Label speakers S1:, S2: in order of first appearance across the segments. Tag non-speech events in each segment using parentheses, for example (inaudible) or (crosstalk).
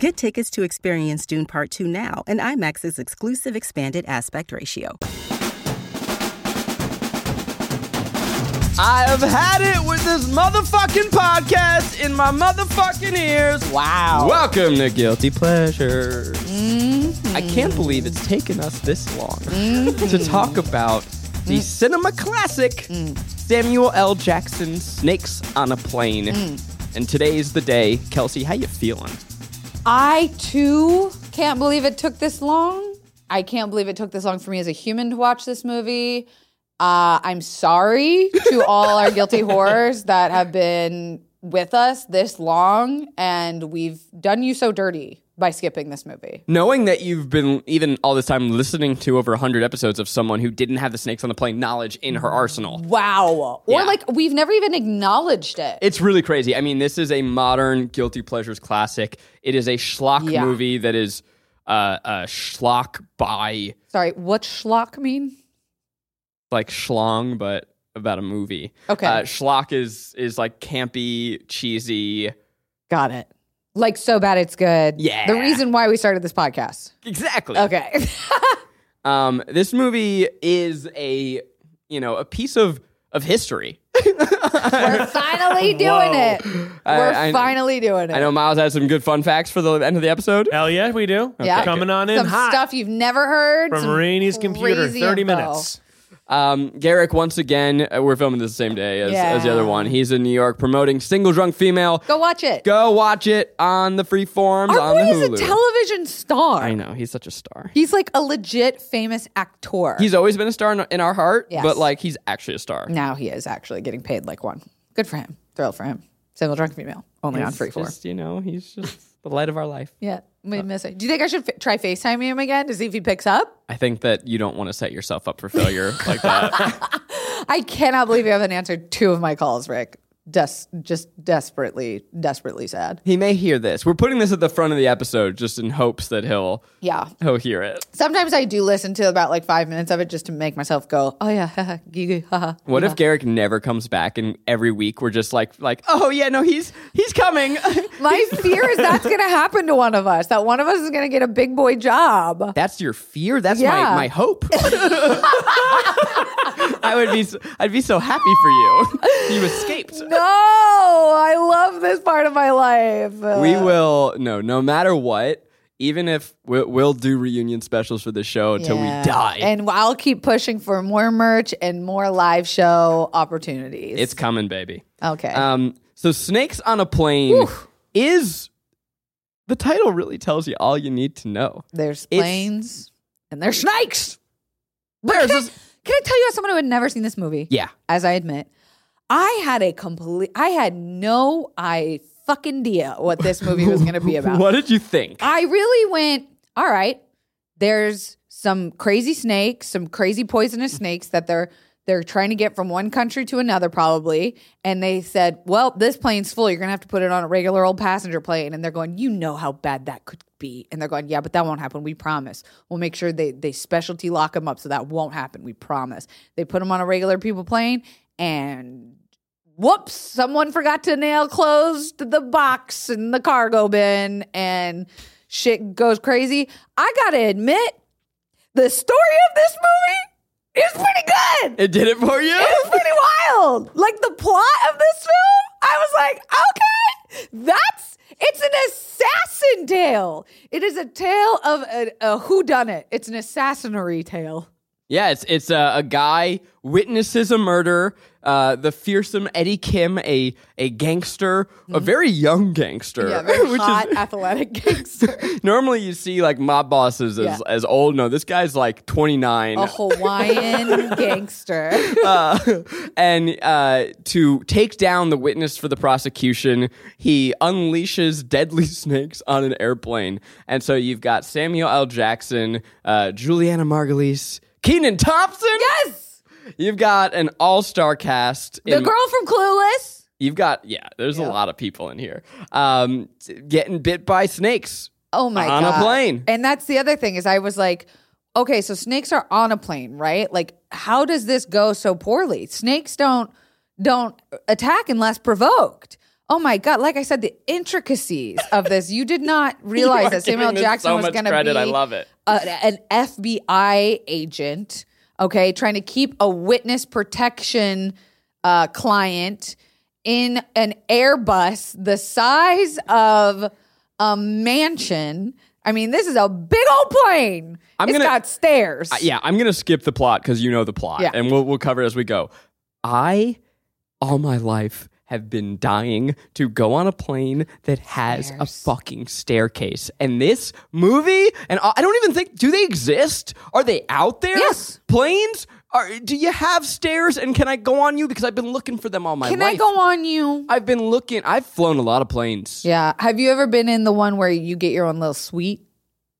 S1: Get tickets to experience Dune Part 2 now and IMAX's exclusive expanded aspect ratio.
S2: I have had it with this motherfucking podcast in my motherfucking ears. Wow. Welcome to Guilty Pleasures. I can't believe it's taken us this long to talk about the cinema classic Samuel L. Jackson Snakes on a Plane. And today is the day. Kelsey, how you feeling?
S3: I too can't believe it took this long. I can't believe it took this long for me as a human to watch this movie. Uh, I'm sorry (laughs) to all our guilty horrors that have been with us this long, and we've done you so dirty by skipping this movie.
S2: Knowing that you've been even all this time listening to over 100 episodes of someone who didn't have the snakes on the plane knowledge in her arsenal.
S3: Wow. Or
S2: Yeah.
S3: like we've never even acknowledged it.
S2: It's really crazy. I mean, this is a modern guilty pleasures classic. It is a schlock
S3: Yeah.
S2: movie that is uh, a schlock by
S3: sorry, what's schlock mean?
S2: like schlong, but about a movie.
S3: Okay.
S2: uh, schlock is is like campy, cheesy.
S3: Got it. Like so bad it's good.
S2: Yeah.
S3: The reason why we started this podcast.
S2: Exactly.
S3: Okay. (laughs)
S2: Um, this movie is a you know a piece of of history. (laughs)
S3: We're finally doing it. We're
S2: I-
S3: finally doing it.
S2: I know Miles has some good fun facts for the end of the episode.
S4: Hell yeah, we do.
S3: Yeah.
S4: Coming on in
S3: Some
S4: hot
S3: stuff you've never heard
S4: from
S3: some
S4: Rainey's computer.
S3: crazy
S4: 30
S3: info.
S4: minutes.
S2: Um, Garrick, once again, uh, we're filming this the same day as, as the
S3: Yeah.
S2: other one. He's in New York promoting Single Drunk Female.
S3: Go watch it.
S2: Go watch it on the free forums
S3: Our
S2: on
S3: boy
S2: the
S3: is
S2: Hulu.
S3: a television star.
S2: I know he's such a star.
S3: He's like a legit famous actor.
S2: He's always been a star in, in our heart,
S3: Yes.
S2: but like he's actually a star.
S3: now he is actually getting paid like one. Good for him. Thrilled for him. Single drunk female only on
S2: He's
S3: free form.
S2: just, you know, he's just the light of our life.
S3: Yeah,
S2: Uh.
S3: we miss it. Do you think I should f- try Facetime him again to see if he picks up?
S2: I think that you don't want to set yourself up for
S3: (laughs)
S2: failure like that.
S3: I cannot believe you haven't answered two of my calls, Rick. Des- just desperately, desperately sad.
S2: he may hear this. We're putting this at the front of the episode just in hopes that he'll
S3: Yeah.
S2: he'll hear it.
S3: Sometimes I do listen to about like five minutes of it just to make myself go, oh yeah, (laughs) haha, gee, gee, haha.
S2: What if Garrick never comes back and every week we're just like like, "Oh yeah, no, he's he's
S3: (laughs)
S2: coming."
S3: My fear is that's going to happen to one of us. That one of us is going to get a big boy job.
S2: That's your fear. That's
S3: Yeah.
S2: my my hope. (laughs) I would be so, I'd be so happy for you. (laughs) You escaped.
S3: No, I love this part of my life.
S2: We will no no matter what. Even if we'll, we'll do reunion specials for the show until we die.
S3: And I'll keep pushing for more merch and more live show opportunities.
S2: it's coming, baby.
S3: okay.
S2: Um, so snakes on a plane is the title really tells you all you need to know.
S3: there's
S2: it's-
S3: planes and there's snakes. But can, I, can I tell you, as someone who had never seen this movie,
S2: Yeah,
S3: as I admit, I had a complete, I had no I fucking idea what this movie was going to be about.
S2: what did you think?
S3: I really went, all right, there's some crazy snakes, some crazy poisonous snakes that they're they're trying to get from one country to another probably and they said well this plane's full you're going to have to put it on a regular old passenger plane and they're going you know how bad that could be and they're going yeah but that won't happen we promise we'll make sure they they specialty lock them up so that won't happen we promise they put them on a regular people plane and whoops, someone forgot to nail closed the box in the cargo bin and shit goes crazy. I gotta admit, the story of this movie is pretty good.
S2: It did it for you.
S3: It was pretty wild. Like the plot of this film, I was like, okay, that's it's an assassin tale. It is a tale of a, a whodunit. It's an assassinary tale.
S2: Yeah, it's it's a, a guy witnesses a murder. Uh, the fearsome Eddie Kim, a a gangster, a very young gangster,
S3: Mm-hmm.
S2: (laughs)
S3: Yeah, very
S2: which
S3: hot,
S2: is
S3: athletic (laughs) gangster.
S2: normally you see like mob bosses as,
S3: Yeah. Oh.
S2: as old. No, this guy's like twenty nine.
S3: a Hawaiian gangster.
S2: (laughs) uh, and uh, to take down the witness for the prosecution, he unleashes deadly (laughs) snakes on an airplane. And so you've got Samuel L. Jackson, uh, Juliana Margulies, Keenan Thompson.
S3: yes!
S2: You've got an all-star cast.
S3: The
S2: in-
S3: girl from Clueless.
S2: You've got yeah. There's
S3: Yeah.
S2: a lot of people in here. Um, t- getting bit by snakes.
S3: Oh my
S2: On a
S3: god.
S2: plane.
S3: And that's the other thing is I was like, okay, so snakes are on a plane, right? Like how does this go so poorly? Snakes don't don't attack unless provoked. Oh my god, like I said the intricacies of this. You did not realize
S2: (laughs) You are
S3: that Samuel
S2: giving this
S3: Jackson
S2: so
S3: was
S2: much
S3: going to be
S2: credit. I love it.
S3: a- an FBI agent, okay, trying to keep a witness protection uh, client in an Airbus the size of a mansion. I mean, this is a big old plane.
S2: I'm
S3: it's
S2: gonna-
S3: got stairs.
S2: Uh, Yeah, I'm gonna skip the plot because you know the plot,
S3: Yeah.
S2: and we'll we'll cover it as we go. I, all my life, have been dying to go on a plane that has a fucking staircase, and this movie, and I I don't even think do they exist? Are they out there?
S3: Yes.
S2: planes. Are, do you have stairs? And can I go on you? Because I've been looking for them all my
S3: Can
S2: life.
S3: I go on you?
S2: I've been looking. I've flown a lot of planes.
S3: Yeah. Have you ever been in the one where you get your own little suite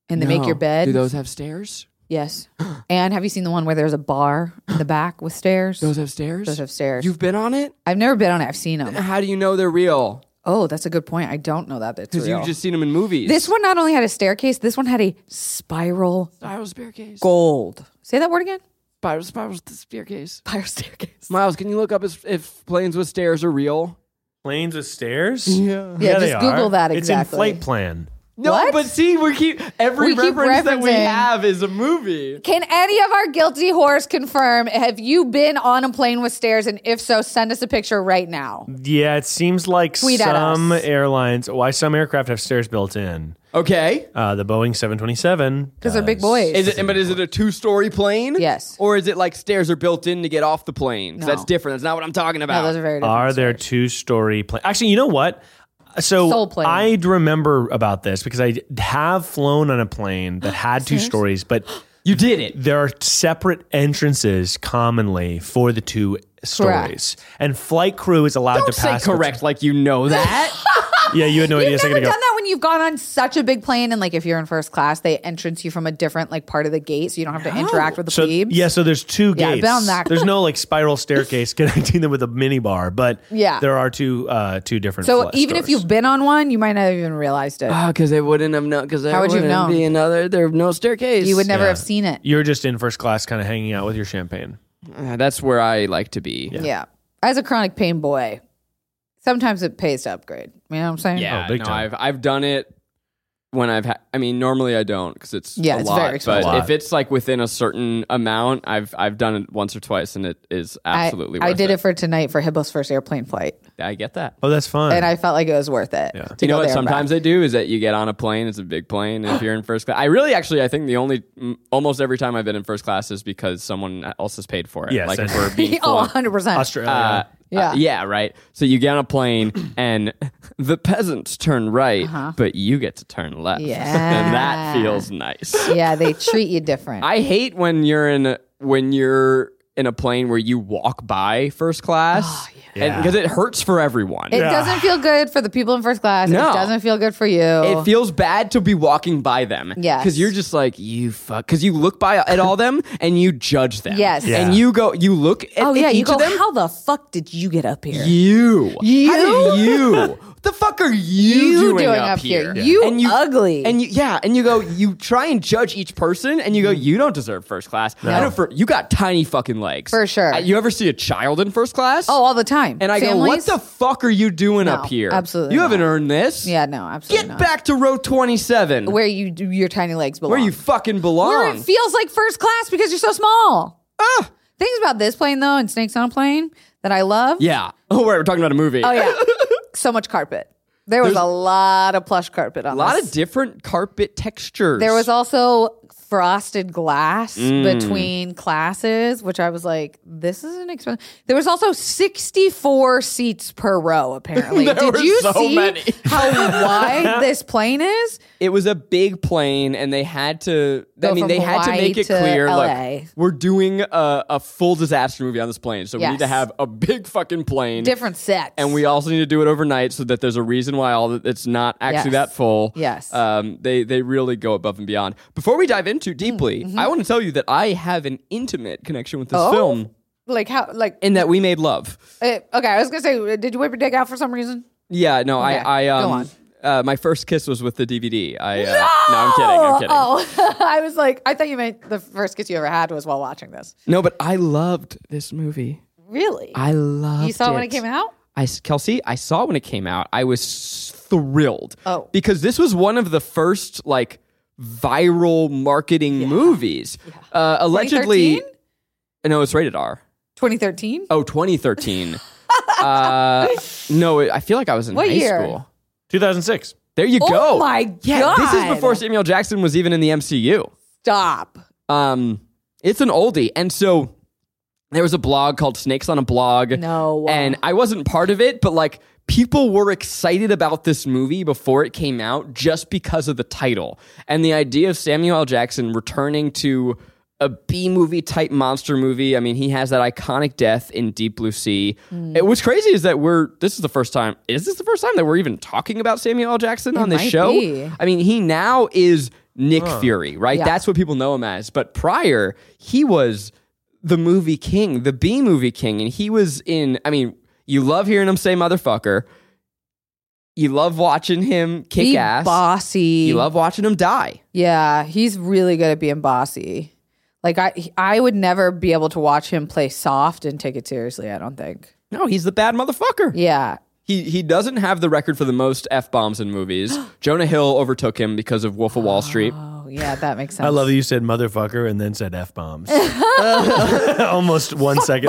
S3: and they make
S2: No.
S3: your bed?
S2: Do those have stairs?
S3: yes. and have you seen the one where there's a bar in the back with stairs?
S2: Those have stairs.
S3: Those have stairs.
S2: You've been on it.
S3: I've never been on it. I've seen them.
S2: How do you know they're real?
S3: Oh, that's a good point. I don't know that. That's
S2: Because
S3: real.
S2: you've just seen them in movies.
S3: this one not only had a staircase, this one had a spiral
S2: spiral staircase.
S3: gold. Say that word again.
S2: Spiral, spiral staircase.
S3: Spiral staircase.
S2: Miles, can you look up if, if planes with stairs are real?
S5: Planes with stairs?
S2: Yeah.
S3: Yeah,
S5: they
S3: just Google
S5: are.
S3: that
S5: It's in
S3: exactly.
S5: flight plan.
S2: No,
S3: What?
S2: but see, we keep every
S3: We keep
S2: reference that we
S3: referencing.
S2: have is a movie.
S3: Can any of our guilty whores confirm? Have you been on a plane with stairs? And if so, send us a picture right now.
S5: Yeah, it seems like
S3: Tweet at
S5: some
S3: us.
S5: airlines, why some aircraft have stairs built in.
S2: Okay.
S5: Uh, the Boeing 727.
S3: Because they're big
S5: does.
S3: boys.
S2: Is it? But is it a two-story plane?
S3: Yes.
S2: Or is it like stairs are built in to get off the plane? 'Cause
S3: No.
S2: That's different. That's not what I'm talking
S3: no,
S2: about.
S3: those are very different.
S5: Are there two story planes? Actually, you know what? So
S3: Soul plane.
S5: I'd remember about this because I have flown on a plane
S3: (gasps)
S5: that had two stories, but
S2: you did it.
S5: there are separate entrances commonly for the two stories. And flight crew is allowed
S2: Don't
S5: to
S2: say
S5: pass.
S2: correct like you know
S3: (laughs)
S2: that.
S5: Yeah, you had no idea a
S3: You've
S5: second
S3: never
S5: ago.
S3: done that when you've gone on such a big plane and like if you're in first class, they entrance you from a different like part of the gate, so you don't have to interact with the
S5: So
S3: plebes.
S5: yeah, so there's two
S3: Yeah,
S5: gates.
S3: bound that. (laughs)
S5: There's no like spiral staircase (laughs) connecting them with a mini bar, but
S3: Yeah.
S5: there are two uh two different.
S3: So
S5: fl-
S3: even if
S5: stores.
S3: you've been on one, you might not have even realized it.
S2: Ah, because they wouldn't have known. Because there
S3: How would you have
S2: wouldn't
S3: known?
S2: be another. There no staircase.
S3: You would never
S5: Yeah.
S3: have seen it.
S5: you're just in first class, kind of hanging out with your champagne.
S2: Ah, that's where I like to be.
S3: Yeah. As a chronic pain boy, sometimes it pays to upgrade. You know what I'm saying?
S2: Yeah,
S5: Oh, big
S2: no, I've
S5: time.
S2: I've done it when I've had. I mean, normally I don't because it's
S3: Yeah,
S2: a
S3: it's
S2: lot,
S3: very expensive.
S2: But
S5: A lot.
S2: if it's like within a certain amount, I've I've done it once or twice, and it is
S3: I-
S2: absolutely.
S3: I,
S2: worth
S3: did it. for tonight for Hibbo's first airplane flight,
S2: I get that.
S5: Oh, that's fun.
S3: and I felt like it was worth it. to
S2: you
S3: go
S2: know what?
S3: there and
S2: Sometimes
S3: back.
S2: they do is that you get on a plane. It's a big plane.
S3: (gasps)
S2: And if you're in first class, I really actually I think the only mm, almost every time I've been in first class is because someone else has paid for it.
S5: Yes,
S2: like
S3: (laughs)
S5: that's-
S2: for being
S3: oh,
S2: flown.
S3: 100
S2: (laughs)
S3: percent.
S5: Australia.
S2: Uh,
S3: Yeah.
S2: uh, yeah, right. So you get on a plane
S3: (clears throat)
S2: and the peasants turn right, but you get to turn left. (laughs) and that
S3: Uh-huh. Yeah.
S2: feels nice.
S3: Yeah, they treat you different.
S2: I hate when you're in a, when you're in a plane where you walk by first class
S5: Yeah.
S2: because it hurts for everyone.
S3: Oh, it
S2: It,
S3: doesn't feel good for the people in first class.
S2: No.
S3: It doesn't feel good for you.
S2: feels bad to be walking by them.
S3: Yes.
S2: Because you're just like, you fuck. Because you look by at all them and you judge them.
S3: Yes. Yeah.
S2: And you go, you look at,
S3: oh yeah,
S2: each
S3: you go.
S2: of them.
S3: How the fuck did you get up here?
S2: You.
S3: You?
S2: How did you? (laughs) the fuck are you,
S3: You
S2: doing,
S3: doing
S2: up,
S3: up here?
S2: here?
S3: You ugly.
S2: And you, yeah, and you go, you try and judge each person and you go, you don't deserve first class. I know for, you got tiny fucking legs.
S3: For sure.
S2: Uh, you ever see a child in first class?
S3: oh, all the time.
S2: And I
S3: Families?
S2: go, what the fuck are you doing up here?
S3: absolutely
S2: You haven't
S3: not.
S2: earned this.
S3: Yeah, no,
S2: Get
S3: absolutely not.
S2: back to row 27 where,
S3: Where you do your tiny legs belong.
S2: you fucking belong.
S3: Where it feels like first class because you're so small.
S2: Ah!
S3: Things about this plane though, and snakes on a plane that I love.
S2: yeah. (laughs) Oh, we're we're talking about a movie. (laughs)
S3: Oh yeah. so much carpet. There was a lot of plush carpet on
S2: A lot
S3: this.
S2: of different carpet textures.
S3: there was also frosted glass
S2: Mm.
S3: between classes, which I was like, this is an expensive. There was also 64 seats per row, apparently.
S2: (laughs) There
S3: Did
S2: were
S3: you
S2: so
S3: see
S2: many.
S3: (laughs)
S2: Mm.
S3: how wide this plane is?
S2: It was a big plane, and they had to.
S3: Go
S2: I mean,
S3: from
S2: they had to
S3: Hawaii
S2: make it
S3: to
S2: clear.
S3: LA.
S2: Look, we're doing a, a full disaster movie on this plane, so we need to
S3: Yes.
S2: have a big fucking plane.
S3: Different sets.
S2: and we also need to do it overnight so that there's a reason why all the, it's not actually
S3: Yes.
S2: that full.
S3: Yes.
S2: Um, they they really go above and beyond. Before we dive into deeply, I want to tell you that I have an intimate connection with this
S3: Mm-hmm. Oh.
S2: film
S3: like how like
S2: in that we made love.
S3: eh, okay. I was gonna say, uh, did you whip your dick out for some reason?
S2: Yeah, no,
S3: Okay,
S2: I I
S3: go
S2: um
S3: on.
S2: Uh, my first kiss was with the DVD. I uh, no, I'm kidding. I'm kidding.
S3: Oh, (laughs) I was like, I thought you meant the first kiss you ever had was while watching this.
S2: No, but I loved this movie.
S3: Really?
S2: I loved.
S3: you saw it when it came out.
S2: I Kelsey, I saw it when it came out. I was thrilled.
S3: Oh.
S2: because this was one of the first like viral marketing movies. Uh, allegedly,
S3: 2013?
S2: no, it's rated R.
S3: 2013.
S2: Oh,
S3: (laughs)
S2: 2013. uh, no, I feel like I was in
S3: What
S2: high
S3: year?
S2: school.
S5: 2006.
S2: There you
S3: Oh
S2: go.
S3: my
S2: Yeah, this is
S3: God.
S2: before Samuel Jackson was even in the MCU.
S3: Stop.
S2: Um, it's an oldie, and so there was a blog called Snakes on a Blog.
S3: No.
S2: and I wasn't part of it, but like people were excited about this movie before it came out just because of the title and the idea of Samuel L. Jackson returning to a B movie type monster movie. I mean, he has that iconic death in Deep Blue Sea. It, what's crazy is that we're this is the first time. Is this the first time that we're even talking about Samuel L. Jackson on this
S3: might
S2: show?
S3: be.
S2: I mean, he now is Nick Fury, right?
S3: Yeah.
S2: That's what people know him as. But prior, he was the movie king, the B movie king, and he was in. I mean, you love hearing him say "motherfucker." You love watching him kick
S3: Be
S2: ass.
S3: bossy.
S2: You love watching him die.
S3: Yeah, he's really good at being bossy. Like I, I would never be able to watch him play soft and take it seriously. I don't think.
S2: No, he's the bad motherfucker.
S3: Yeah,
S2: He he doesn't have the record for the most f bombs in
S3: (gasps)
S2: movies. Jonah Hill overtook him because of Wolf of Wall Street.
S3: Oh, yeah,
S2: (laughs)
S3: that makes sense.
S5: I love that you said motherfucker and then said
S3: (laughs)
S5: F bombs. (laughs) Almost one second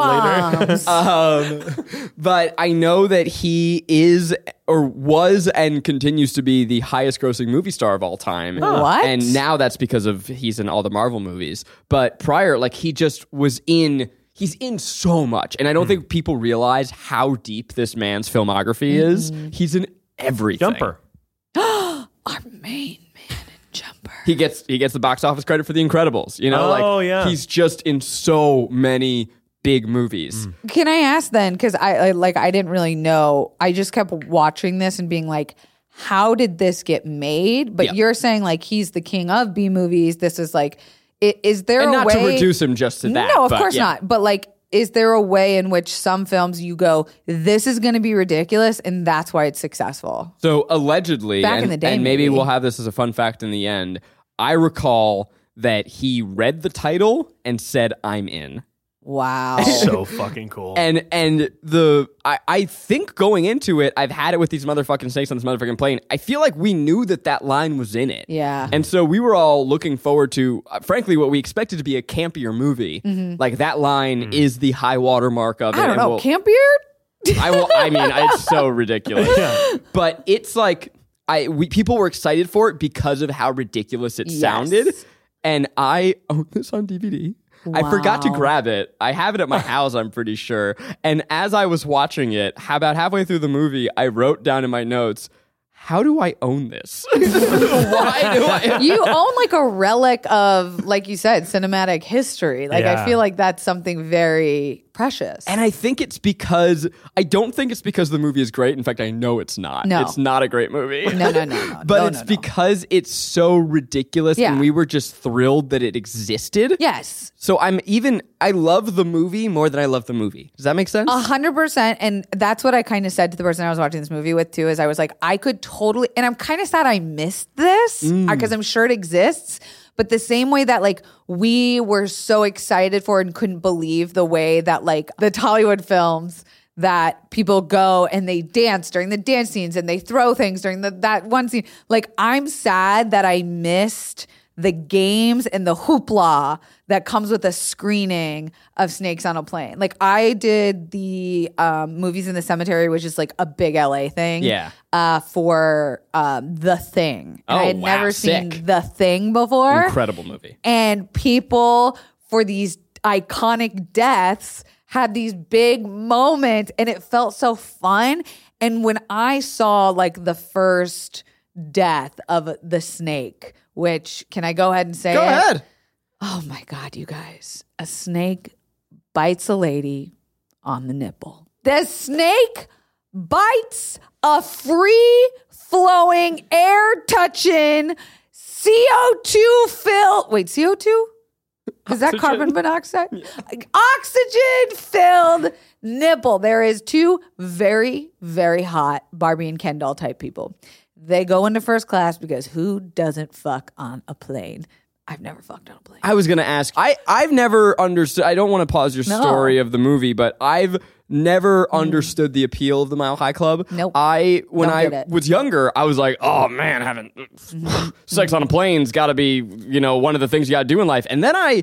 S2: (laughs)
S5: later.
S3: Bombs.
S2: Uh, Um, But I know that he is or was and continues to be the highest grossing movie star of all time.
S3: What?
S2: And now that's because of he's in all the Marvel movies. But prior, like he just was in he's in so much. And I don't
S5: Hmm.
S2: think people realize how deep this man's filmography is.
S3: Mm-hmm.
S2: He's in everything.
S5: Jumper.
S3: Our main man and jumper.
S2: He gets he gets the box office credit for The Incredibles. You know,
S5: Oh,
S2: like
S5: yeah.
S2: he's just in so many big
S5: Mm.
S2: movies.
S3: Can I ask then? Because I, I like I didn't really know. I just kept watching this and being like, how did this get made? But
S2: Yeah.
S3: you're saying like he's the king of B movies. This is like, i- is there
S2: And
S3: a
S2: not
S3: way
S2: to reduce him just to that.
S3: No, of
S2: but
S3: course
S2: yeah.
S3: not. But like, is there a way in which some films you go, this is going to be ridiculous, and that's why it's successful?
S2: So allegedly,
S3: Back
S2: and,
S3: in the day,
S2: and maybe,
S3: maybe.
S2: we'll have this as a fun fact in the end. I recall that he read the title and said, "I'm in." (laughs)
S3: Wow.
S5: So fucking cool.
S2: And and the I, I think going into it, I've had it with these motherfucking snakes on this motherfucking plane. I feel like we knew that that line was in it.
S3: Yeah.
S2: And so we were all looking forward to, uh, frankly, what we expected to be a campier movie. Like that line is the high water mark of it.
S3: Mm-hmm. I don't
S2: and
S3: know.
S2: we'll-
S3: Camp
S2: I will. I mean, it's so ridiculous.
S5: Yeah.
S2: But it's like I we, people were excited for it because of how ridiculous it sounded, and I own this on DVD. I forgot to
S3: Wow.
S2: grab it. I have it at my house, I'm pretty sure. And as I was watching it, how about halfway through the movie, I wrote down in my notes, "How do I own this? (laughs) Why do
S3: (laughs)
S2: I?" (laughs)
S3: You own like a relic of, like you said, cinematic history. Like, I
S5: Yeah.
S3: feel like that's something very precious.
S2: And I think it's because I don't think it's because the movie is great. In fact, I know it's not.
S3: No.
S2: It's not a great movie.
S3: no, no, no, no.
S2: But
S3: no,
S2: it's
S3: no, no.
S2: because it's so ridiculous
S3: Yeah.
S2: and we were just thrilled that it existed.
S3: Yes.
S2: So I'm even I love the movie more than I love the movie. Does that make sense?
S3: A hundred percent, and that's what I kind of said to the person I was watching this movie with too. Is I was like, I could totally, and I'm kind of sad I missed this because I'm sure it exists. But the same way that like we were so excited for and couldn't believe the way that like the Tollywood films that people go and they dance during the dance scenes and they throw things during the that one scene. Like I'm sad that I missed the games and the hoopla that comes with a screening of Snakes on a Plane. Like I did the um, movies in the cemetery, which is like a big LA thing.
S2: Yeah.
S3: Uh, for um, The Thing. And I
S2: Oh,
S3: had
S2: wow,
S3: never
S2: sick.
S3: seen The Thing before
S2: Incredible movie.
S3: and people for these iconic deaths had these big moments and it felt so fun and when i saw like the first death of the snake which can i go ahead and say
S2: Go
S3: it?
S2: ahead.
S3: oh my god you guys a snake bites a lady on the nipple the snake bites a free flowing air touching co2 filled wait co2 is that carbon monoxide? Oxygen filled nipple. There is two very, very hot Barbie and Ken doll type people. They go into first class because who doesn't fuck on a plane? I've never fucked on a plane.
S2: I was going to ask. I I've never understood. I don't want to pause your
S3: No. Mm-hmm.
S2: story of the movie, but I've never understood the appeal of the Mile High Club.
S3: Nope.
S2: I when
S3: Don't get
S2: I
S3: it. Mm-hmm.
S2: was younger, I was like, oh man, having (laughs) sex on a plane's got to be you know one of the things you got to do in life. And then I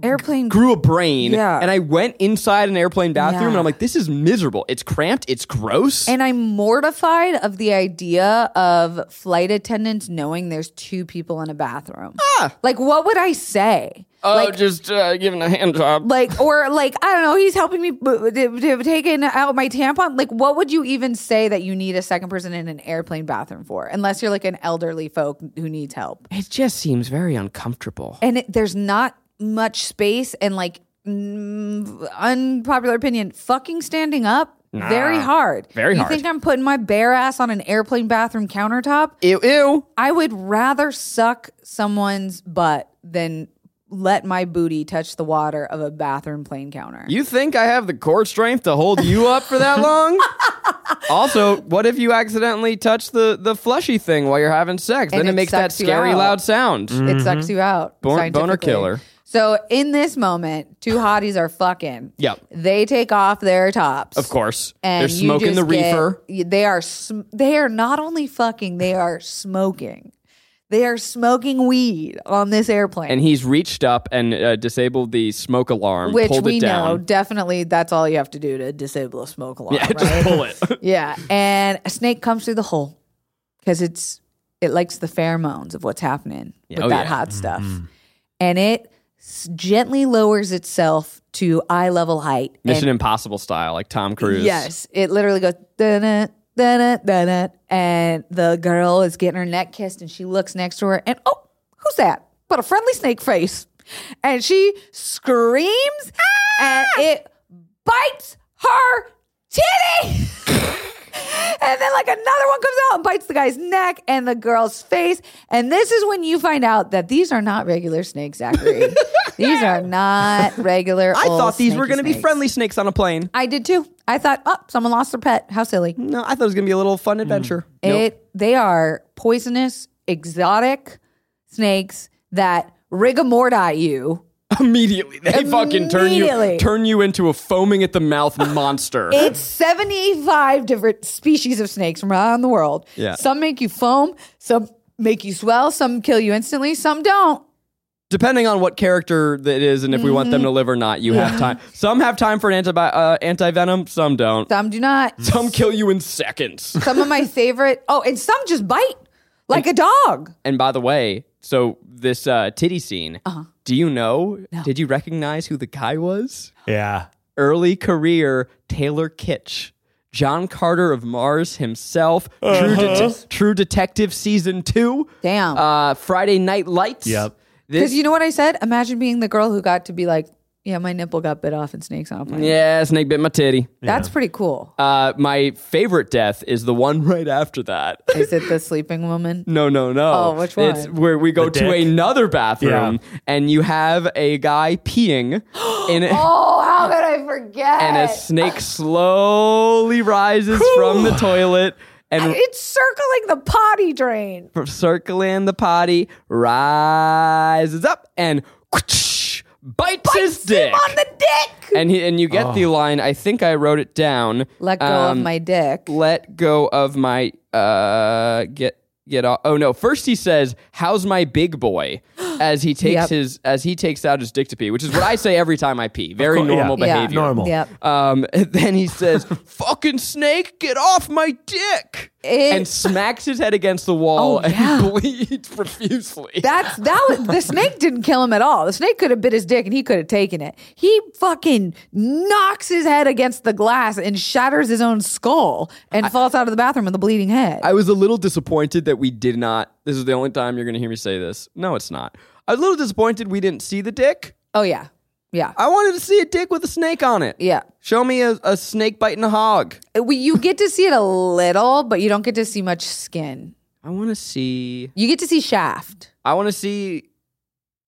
S3: Airplane
S2: grew a brain,
S3: Yeah.
S2: and I went inside an airplane bathroom,
S3: Yeah.
S2: and I'm like, this is miserable. It's cramped. It's gross.
S3: And I'm mortified of the idea of flight attendants knowing there's two people in a bathroom. Like, what would I say?
S2: oh,
S3: like,
S2: just uh, giving a hand job.
S3: like, or like, I don't know, he's helping me b- d- d- taking out my tampon. Like, what would you even say that you need a second person in an airplane bathroom for? Unless you're like an elderly folk who needs help.
S2: it just seems very uncomfortable.
S3: And it, there's not much space and like, mm, unpopular opinion, fucking standing up. Very hard.
S2: Very
S3: You
S2: hard.
S3: think I'm putting my bare ass on an airplane bathroom countertop?
S2: Ew, ew.
S3: I would rather suck someone's butt than let my booty touch the water of a bathroom plane counter.
S2: You think I have the core strength to hold you up for that
S3: (laughs)
S2: long? also, what if you accidentally touch the the flushy thing while you're having sex?
S3: And
S2: then it,
S3: it
S2: makes that
S3: sucks you
S2: scary
S3: out. Mm.
S2: loud sound.
S3: it sucks you out.
S2: Mm-hmm. Boner- boner
S3: scientifically.
S2: killer.
S3: So in this moment, two hotties are fucking.
S2: Yep.
S3: They take off their tops.
S2: Of course,
S3: And
S2: they're
S3: you
S2: smoking the
S3: just get-
S2: reefer.
S3: y- They are sm- they are not only fucking, they are smoking. They are smoking weed on this airplane.
S2: And he's reached up and uh, disabled the smoke alarm,
S3: which
S2: pulled
S3: we
S2: it
S3: know
S2: down.
S3: definitely that's all you have to do to disable a smoke alarm.
S2: Yeah, (laughs)
S3: right?
S2: just pull it.
S3: Yeah, and a snake comes through the hole because it's it likes the pheromones of what's happening with
S2: Oh,
S3: that
S2: yeah.
S3: hot stuff, and it s- gently lowers itself to eye level height.
S2: Mission
S3: and,
S2: Impossible style, like Tom Cruise.
S3: Yes, it literally goes da da da and the girl is getting her neck kissed, and she looks next to her, and oh, who's that? But a friendly snake face, and she screams, and
S2: Ah!
S3: it bites her titty. (laughs) And then, like, another one comes out and bites the guy's neck and the girl's face. And this is when you find out that these are not regular
S2: (laughs)
S3: snakes, Zachary. these are not regular.
S2: I thought these were
S3: going to
S2: be friendly snakes on a plane.
S3: I did too. I thought, oh, someone lost their pet. How silly.
S2: No, I thought it was going to be a little fun adventure. Mm. Nope.
S3: It they are poisonous, exotic snakes that rigor mortis you.
S2: Immediately, they fucking turn you
S3: Immediately.
S2: turn you into a foaming at the
S3: (laughs)
S2: mouth monster.
S3: It's 75 different species of snakes from around the world.
S2: Yeah.
S3: Some make you foam, some make you swell, some kill you instantly, some don't.
S2: depending on what character that is and if we want them to
S3: Mm-hmm.
S2: live or not, you have time. Some have time for an antibi- uh, anti-venom, some don't.
S3: Some do not.
S2: Some kill you in seconds.
S3: Some
S2: (laughs)
S3: of my favorite. Oh, and some just bite like a dog.
S2: and by the way, so this uh, titty scene,
S3: Uh-huh.
S2: do you know, did you recognize who the guy was?
S5: Yeah.
S2: Early career Taylor Kitsch. John Carter of Mars himself,
S5: Uh-huh.
S2: True, Det- True Detective Season 2.
S3: Damn.
S2: Uh, Friday Night Lights.
S5: Yep.
S3: Because
S2: This,
S3: you know what I said? Imagine being the girl who got to be like, yeah, my nipple got bit off and snakes on a plane.
S2: yeah, snake bit my titty.
S3: That's pretty cool.
S2: Uh, my favorite death is the one (laughs) right after that.
S3: Is it the sleeping woman?
S2: No, no, no.
S3: Oh, which
S2: It's
S3: one?
S2: where we go
S5: The
S2: to
S5: dick?
S2: another bathroom and you have a guy
S3: (gasps)
S2: peeing in it.
S3: (laughs) Oh, how could I forget?
S2: And a snake slowly rises from the
S3: (gasps)
S2: toilet and
S3: it's circling the potty drain.
S2: circling the potty, rises up and bites, his dick.
S3: On the dick.
S2: and, he, and you get
S5: Oh.
S2: the line, I think I wrote it down.
S3: Let go
S2: Um,
S3: of my dick.
S2: let go of my uh get get off. Oh no! First he says, "How's my big boy?"
S3: (gasps)
S2: As he takes
S3: Yep.
S2: his as he takes out his dick to pee, which is what I say every time I pee. Very
S5: course, yeah.
S2: normal
S5: Yeah.
S2: behavior.
S5: Normal.
S3: Yep.
S2: Um, (laughs) and then he says, "Fucking snake, get off my dick!"
S3: It-
S2: and smacks his head against the wall
S3: Oh, yeah.
S2: and (laughs) bleeds profusely.
S3: That's that was the snake didn't kill him at all. The snake could have bit his dick and he could have taken it. He fucking knocks his head against the glass and shatters his own skull and falls out of the bathroom with a bleeding head.
S2: I was a little disappointed that we did not. This is the only time you're going to hear me say this. No, it's not. I was a little disappointed we didn't see the dick.
S3: oh yeah. Yeah.
S2: I wanted to see a dick with a snake on it.
S3: Yeah.
S2: Show me a, a snake biting a hog.
S3: We, you get to see it a little, but you don't get to see much skin.
S2: I want to see.
S3: You get to see shaft.
S2: I want to see.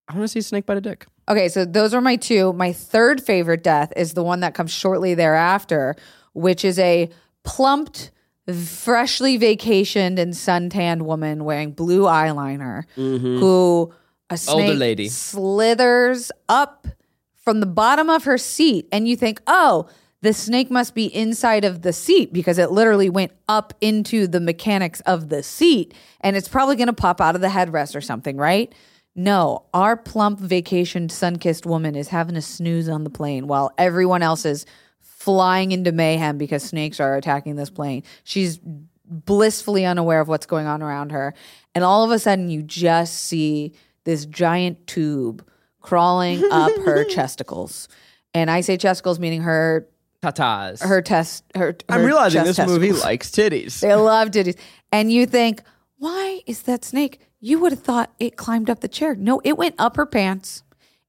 S2: I want to see a snake bite a dick.
S3: Okay, so those are my two. My third favorite death is the one that comes shortly thereafter, which is a plumped, freshly vacationed and suntanned woman wearing blue eyeliner who a snake
S2: lady.
S3: slithers up from the bottom of her seat and you think, "Oh, the snake must be inside of the seat because it literally went up into the mechanics of the seat and it's probably going to pop out of the headrest or something, right?" No, our plump vacationed sun-kissed woman is having a snooze on the plane while everyone else is flying into mayhem because snakes are attacking this plane. She's blissfully unaware of what's going on around her. And all of a sudden, you just see this giant tube crawling up
S2: (laughs)
S3: her chesticles. And I say chesticles, meaning her
S2: Tatas.
S3: her test her.
S2: I'm
S3: her
S2: realizing
S3: chest
S2: this movie
S3: testicles.
S2: likes titties.
S3: They love titties. And you think, why is that snake? You would have thought it climbed up the chair. No, it went up her pants,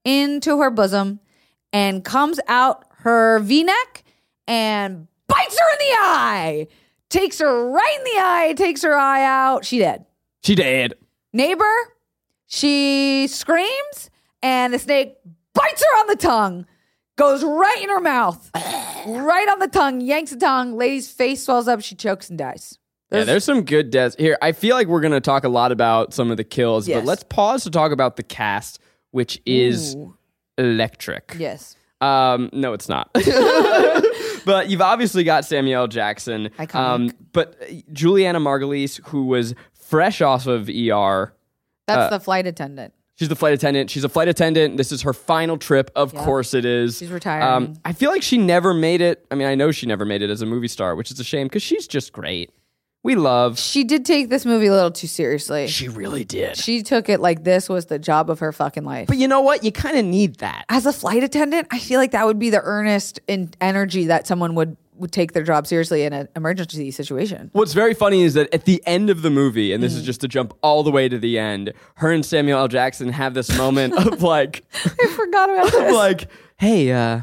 S3: into her bosom, and comes out her v neck and bites her in the eye. Takes her right in the eye, takes her eye out. She dead.
S2: She did.
S3: Neighbor, she screams, and the snake bites her on the tongue, goes right in her mouth, right on the tongue, yanks the tongue. Lady's face swells up, she chokes and dies.
S2: Yeah, there's some good deaths here. I feel like we're going to talk a lot about some of the kills, but
S3: Yes.
S2: let's pause to talk about the cast, which is
S3: Ooh.
S2: electric.
S3: Yes.
S2: Um, no, it's
S3: (laughs)
S2: not. (laughs) but you've obviously got Samuel L. Jackson.
S3: Iconic.
S2: Um, but Juliana Margulies, who was fresh off of ER,
S3: That's the flight attendant.
S2: she's the flight attendant. She's a flight attendant. This is her final trip. Of course, it is. Um,
S3: She's retiring.
S2: I feel like she never made it. I mean, I know she never made it as a movie star, which is a shame because she's just great. We love.
S3: She did take this movie a little too seriously.
S2: She really did.
S3: She took it like this was the job of her fucking life.
S2: But you know what? You kind of need that.
S3: As a flight attendant, I feel like that would be the earnest in energy that someone would would take their job seriously in an emergency situation.
S2: What's very funny is that at the end of the movie, and this is just to jump all the way to the end, her and Samuel L. Jackson have this moment of like,
S3: I forgot (laughs) about
S2: of
S3: this.
S2: like, hey, uh,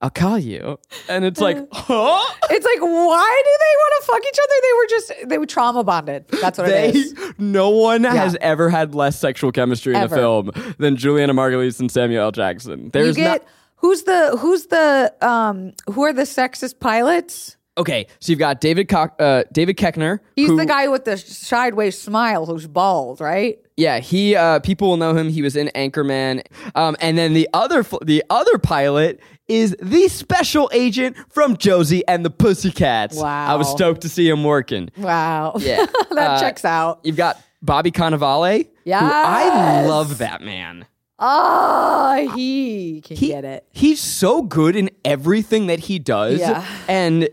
S2: I'll call you, and it's like, huh?
S3: It's like, why do they want to fuck each other? They were just they were trauma bonded. That's what
S2: They,
S3: it is.
S2: no one has ever had less sexual chemistry in a
S3: Ever.
S2: film than Juliana Margulies and Samuel L. Jackson.
S3: You
S2: There's
S3: get
S2: not
S3: who's the who's the um who are the sexist pilots?
S2: okay. So you've got David Cock, uh, David Keckner.
S3: He's
S2: who,
S3: the guy with the sideways smile who's bald, right?
S2: Yeah, he uh, people will know him. He was in Anchorman, um, and then the other fl- the other pilot is the special agent from Josie and the Pussycats.
S3: Wow.
S2: I was stoked to see him working.
S3: Wow.
S2: Yeah,
S3: (laughs) that
S2: Uh,
S3: checks out.
S2: You've got Bobby Cannavale. Yeah, I
S3: Yes.
S2: love that man.
S3: Ah, he can
S2: He-
S3: get it.
S2: He's so good in everything that he does,
S3: Yeah.
S2: and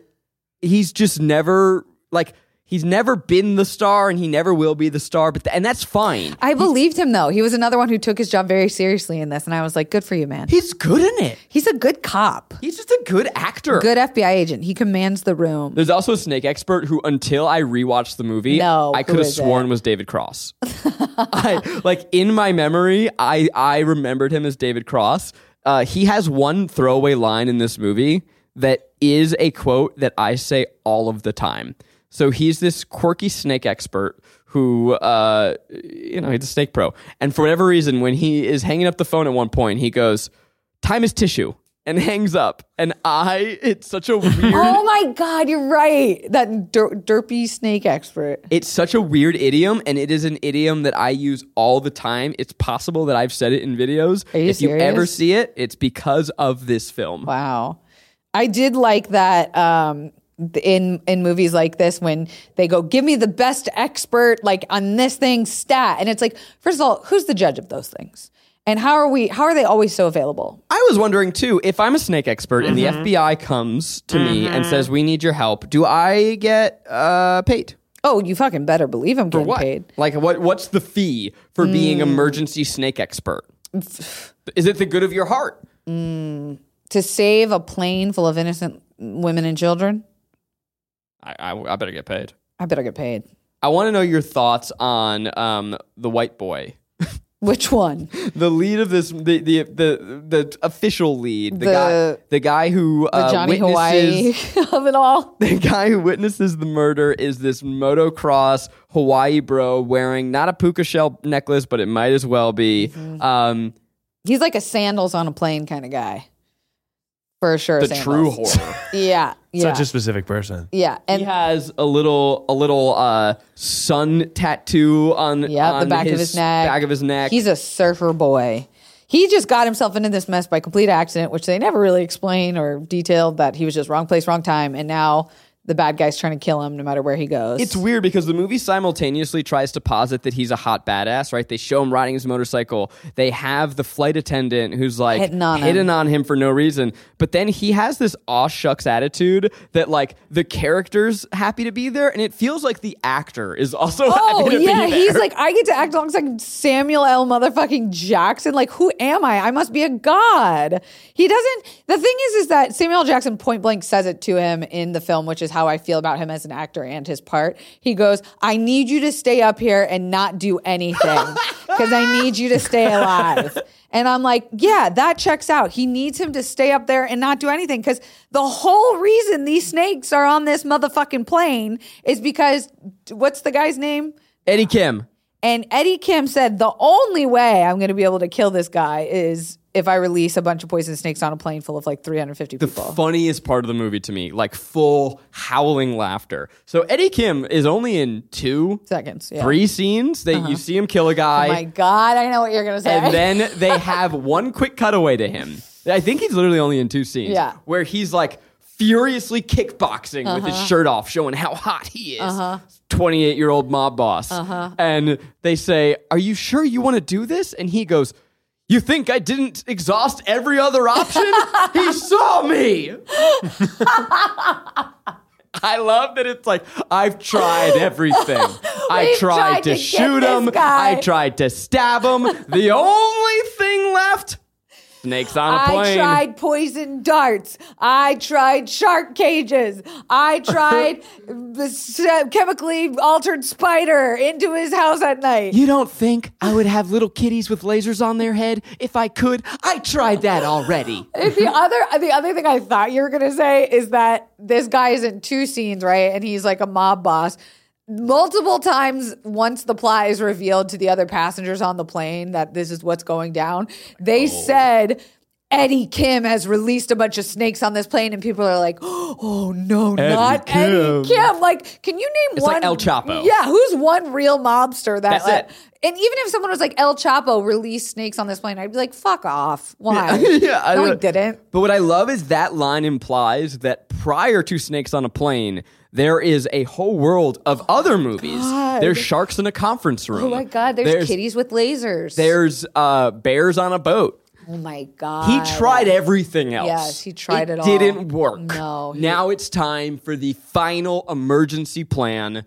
S2: he's just never like he's never been the star, and he never will be the star. But th- and that's fine.
S3: I believed him though. He was another one who took his job very seriously in this, and I was like, good for you, man.
S2: He's good in it.
S3: He's a good cop,
S2: He's just a good actor.
S3: good FBI agent. He commands the room.
S2: There's also a snake expert who, until I rewatched the movie,
S3: No,
S2: I
S3: who
S2: could have
S3: is
S2: sworn
S3: it?
S2: was David
S3: (laughs)
S2: Cross. I, like in my memory, I I remembered him as David Cross. Uh, he has one throwaway line in this movie that is a quote that I say all of the time. So he's this quirky snake expert who, uh, you know, he's a snake pro. And for whatever reason, when he is hanging up the phone at one point, he goes, "Time is tissue." And (laughs) hangs up, and I—it's such a weird.
S3: Oh my God, you're right. That der- derpy snake expert.
S2: It's such a weird idiom, and it is an idiom that I use all the time. It's possible that I've said it in videos.
S3: Are you
S2: if you ever
S3: serious?
S2: see it, it's because of this film.
S3: Wow. I did like that um, in in movies like this when they go give me the best expert like on this thing stat and it's like first of all who's the judge of those things and how are we how are they always so available
S2: I was wondering too if I'm a snake expert and the FBI comes to me and says we need your help, do I get uh, paid?
S3: oh you fucking better believe i'm getting
S2: What?
S3: paid Mm.
S2: Like what? What's the fee for being emergency snake expert? Is it the good of your heart?
S3: to save a plane full of innocent women and children
S2: I, I, I better get paid.
S3: i better get paid
S2: I want to know your thoughts on um, the white boy,
S3: which one
S2: the lead of this, the the the, the official lead, the, guy,
S3: The-
S2: the guy who
S3: the
S2: uh,
S3: johnny
S2: witnesses,
S3: hawaii (laughs) of it all
S2: (laughs) the guy who witnesses the murder is this motocross Hawaii bro wearing not a puka shell necklace, but it might as well be.
S3: Mm-hmm.
S2: Um,
S3: he's like a sandals on a plane kind of guy for sure
S2: the
S3: sandals. (laughs)
S2: true horror.
S3: yeah yeah
S5: Such a specific person.
S3: yeah and
S2: he has a little a little uh, sun tattoo on
S3: Yeah, the
S2: on
S3: back of his neck.
S2: back of his neck.
S3: He's a surfer boy. He just got himself into this mess by complete accident, which they never really explain or detailed that he was just wrong place, wrong time, and now the bad guy's trying to kill him no matter where he goes.
S2: It's weird because the movie simultaneously tries to posit that he's a hot badass, right? They show him riding his motorcycle. They have the flight attendant who's like
S3: Hitting on him.
S2: on him for no reason. But then he has this aw shucks attitude that like the character's happy to be there, and it feels like the actor is also
S3: Oh
S2: happy to
S3: yeah,
S2: be there.
S3: he's like I get to act alongside Samuel L. Motherfucking Jackson. Like, who am I? I must be a god. He doesn't. The thing is, is that Samuel L. Jackson point blank says it to him in the film, which is how I feel about him as an actor and his part. He goes, "I need you to stay up here and not do anything because I need you to stay alive." And I'm like, yeah, that checks out. He needs him to stay up there and not do anything because the whole reason these snakes are on this motherfucking plane is because what's the guy's name?
S2: Eddie Kim.
S3: And Eddie Kim said the only way I'm going to be able to kill this guy is if I release a bunch of poison snakes on a plane full of like 350
S2: the
S3: people.
S2: funniest part of the movie to me, like full howling laughter. So Eddie Kim is only in two,
S3: Seconds. Yeah.
S2: three scenes that you see him kill a guy,
S3: Oh my God, I know what you're going to say.
S2: and then they have one quick cutaway to him. I think he's literally only in two scenes.
S3: Yeah.
S2: where he's like furiously kickboxing with his shirt off, showing how hot he is. 28 year old mob boss. And they say, Are you sure you want to do this? And he goes, You think I didn't exhaust every other option? he saw me. I love that it's like I've tried everything. I
S3: (laughs) We've
S2: tried
S3: tried
S2: to,
S3: to get
S2: shoot
S3: this
S2: him.
S3: guy.
S2: I tried to stab him.
S3: (laughs)
S2: the only thing left: snakes on a
S3: I
S2: plane.
S3: tried poison darts. I tried shark cages.
S2: (laughs)
S3: I tried this uh, chemically altered spider into his house at night.
S2: You don't think I would have little kitties with lasers on their head if I could? I tried that already.
S3: And (laughs) the other the other thing I thought you were gonna say is that this guy is in two scenes, right? And he's like a mob boss. Multiple times, once the plot is revealed to the other passengers on the plane that this is what's going down, they said Eddie Kim has released a bunch of snakes on this plane, and people are like, (gasps) "Oh no, not
S5: Kim.
S3: Eddie Kim!" Like, can you name
S2: It's
S3: one?
S2: like El Chapo.
S3: Yeah, who's one real mobster that?
S2: That's
S3: like-
S2: it.
S3: And even if someone was like El Chapo released snakes on this plane, I'd be like, "Fuck off! Why?
S2: Yeah, I
S3: no, he
S2: don't-
S3: didn't."
S2: But what I love is that line implies that prior to Snakes on a Plane, there is a whole world of other movies. There's sharks in a conference room.
S3: Oh my god, there's, kitties with lasers.
S2: There's uh, bears on a boat.
S3: oh my god.
S2: He tried everything else.
S3: Yes, he tried it all.
S2: Didn't work.
S3: No, he-
S2: now it's time for the final emergency plan.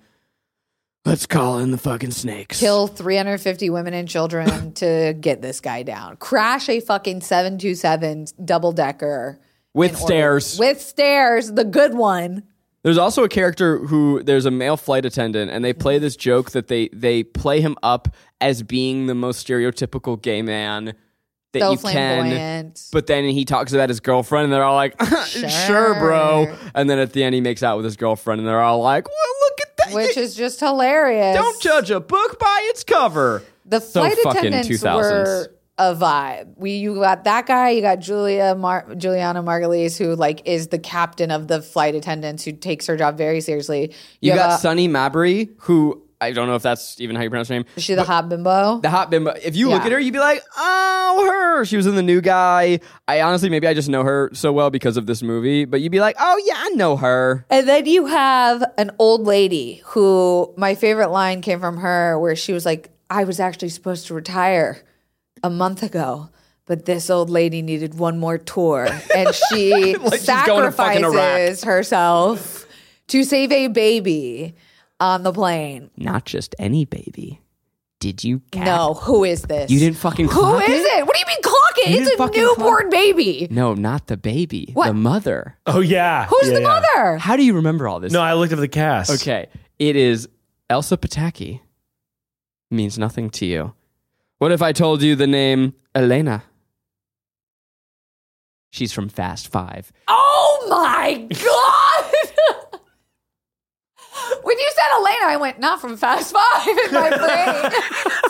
S2: Let's call in the fucking snakes.
S3: kill 350 women
S2: (laughs)
S3: and children to get this guy down. Crash a fucking 727 double decker
S2: with stairs.
S3: with stairs, the good one.
S2: There's also a character who there's a male flight attendant, and
S3: Mm-hmm.
S2: they play this joke that they they play him up as being the most stereotypical gay man that
S3: So
S2: you can.
S3: flamboyant.
S2: But then he talks about his girlfriend, and they're all like, (laughs) sure. bro." And then at the end, he makes out with his girlfriend, and they're all like, "Well, look at that!
S3: Which is just hilarious.
S2: Don't judge a book by its cover."
S3: The
S2: So
S3: flight
S2: fucking
S3: attendants
S2: 2000s.
S3: were a vibe. We you got that guy, you got Julia Mar- Juliana Margulies, who like is the captain of the flight attendants, who takes her job very seriously.
S2: You
S3: have uh,
S2: got
S3: a-
S2: Sonny Mabry, who I don't know if that's even how you pronounce her name.
S3: Is she the hot bimbo?
S2: The hot bimbo. If you look
S3: Yeah.
S2: at her, you'd be like, oh, her. She was in the new guy. I honestly, maybe I just know her so well because of this movie, but you'd be like, oh, yeah, I know her.
S3: And then you have an old lady who my favorite line came from her where she was like, I was actually supposed to retire a month ago, but this old lady needed one
S2: (laughs)
S3: more tour. And she
S2: Like she's going to fucking Iraq.
S3: sacrifices herself to save a baby on the plane.
S2: Not just any baby. Did you cat?
S3: No, who is this?
S2: You didn't fucking
S3: Who
S2: clock
S3: is
S2: it?
S3: it? What do you mean clock it?
S2: You didn't
S3: it's a
S2: fucking
S3: newborn baby.
S2: No, not the baby.
S3: What?
S2: The mother.
S5: Oh yeah.
S3: Who's
S5: Yeah,
S3: the
S5: yeah.
S3: mother?
S2: How do you remember all this?
S5: No, I looked up the cast.
S2: Okay. It is Elsa Pataki. Means nothing to you. What if I told you the name Elena? She's from Fast Five.
S3: Oh my god! when you said Elena, I went not from Fast Five in my brain.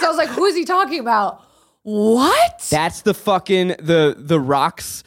S3: so I was like, "Who is he talking about?" What?
S2: That's the fucking the the rocks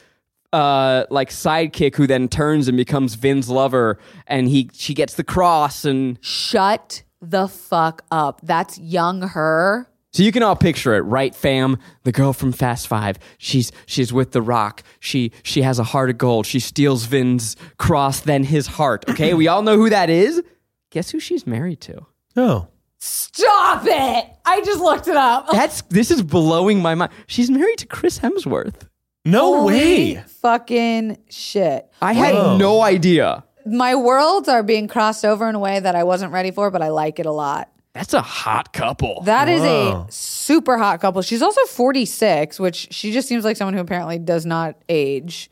S2: uh like sidekick who then turns and becomes Vin's lover and he she gets the cross and
S3: Shut the fuck up. That's young her.
S2: so you can all picture it, right, fam? The girl from Fast Five. She's she's with the rock. She she has a heart of gold. She steals Vin's cross, then his heart. Okay, we all know who that is. Guess who she's married to?
S5: Oh.
S3: Stop it! I just looked it up.
S2: That's this is blowing my mind. She's married to Chris Hemsworth.
S5: No
S3: Holy
S5: way.
S3: Fucking shit.
S2: I had
S5: Whoa.
S2: no idea.
S3: My worlds are being crossed over in a way that I wasn't ready for, but I like it a lot.
S2: That's a hot couple.
S3: That is
S5: Wow.
S3: a super hot couple. She's also 46, which she just seems like someone who apparently does not age.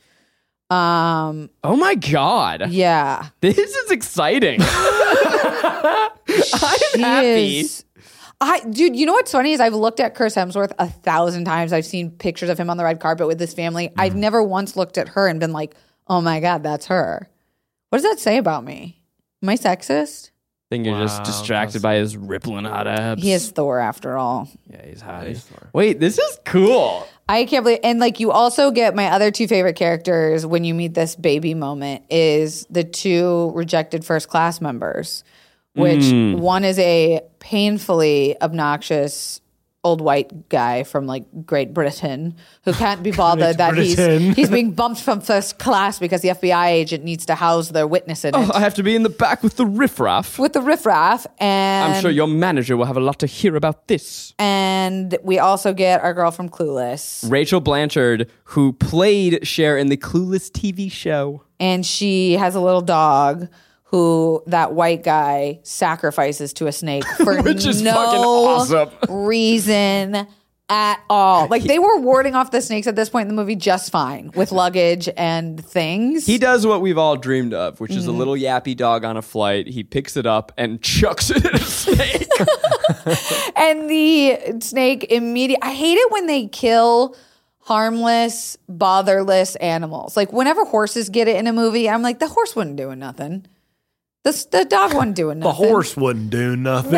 S3: Um,
S2: oh my god.
S3: yeah.
S2: This is
S5: (laughs)
S2: exciting. (laughs) I'm happy.
S3: is- I dude, you know what's funny is I've looked at Chris Hemsworth a thousand times. I've seen pictures of him on the red carpet with his family. I've never once looked at her and been like, "Oh my god, that's her." What does that say about me? Am I sexist?
S2: I think you're just
S5: Wow,
S2: distracted
S5: that's-
S2: by his rippling hot abs.
S3: He is Thor after all.
S2: Yeah, he's hot. Wait, this is cool.
S3: I can't believe, and like you also get my other two favorite characters when you meet this baby moment is the two rejected first class members, which
S2: Hmm.
S3: one is a painfully obnoxious old white guy from like Great Britain
S2: (laughs)
S3: who can't be bothered that he's
S5: Britain.
S3: he's being bumped from first class because the FBI agent needs to house their witness in it
S2: Oh, I have to be in the back with the riffraff.
S3: with the riffraff. And
S2: I'm sure your manager will have a lot to hear about this.
S3: and we also get our girl from Clueless.
S2: Rachel Blanchard, who played Cher in the Clueless TV show.
S3: and she has a little dog who that white guy sacrifices to
S2: (laughs)
S3: a snake for
S2: Which is
S3: no
S2: fucking awesome.
S3: reason at all. Like they were warding off the snakes at this point in the movie just fine with luggage and things.
S2: He does what we've all dreamed of, which
S3: Mm-hmm.
S2: is a little yappy dog on a flight. He picks it up and (laughs) chucks it at a
S3: (laughs)
S2: snake.
S3: and the snake immediate I hate it when they kill harmless, botherless animals. Like whenever horses get it in a movie, I'm like the horse wasn't doing nothing. The, the dog wasn't doing nothing.
S5: The
S3: (laughs)
S5: horse wouldn't do (laughs) nothing.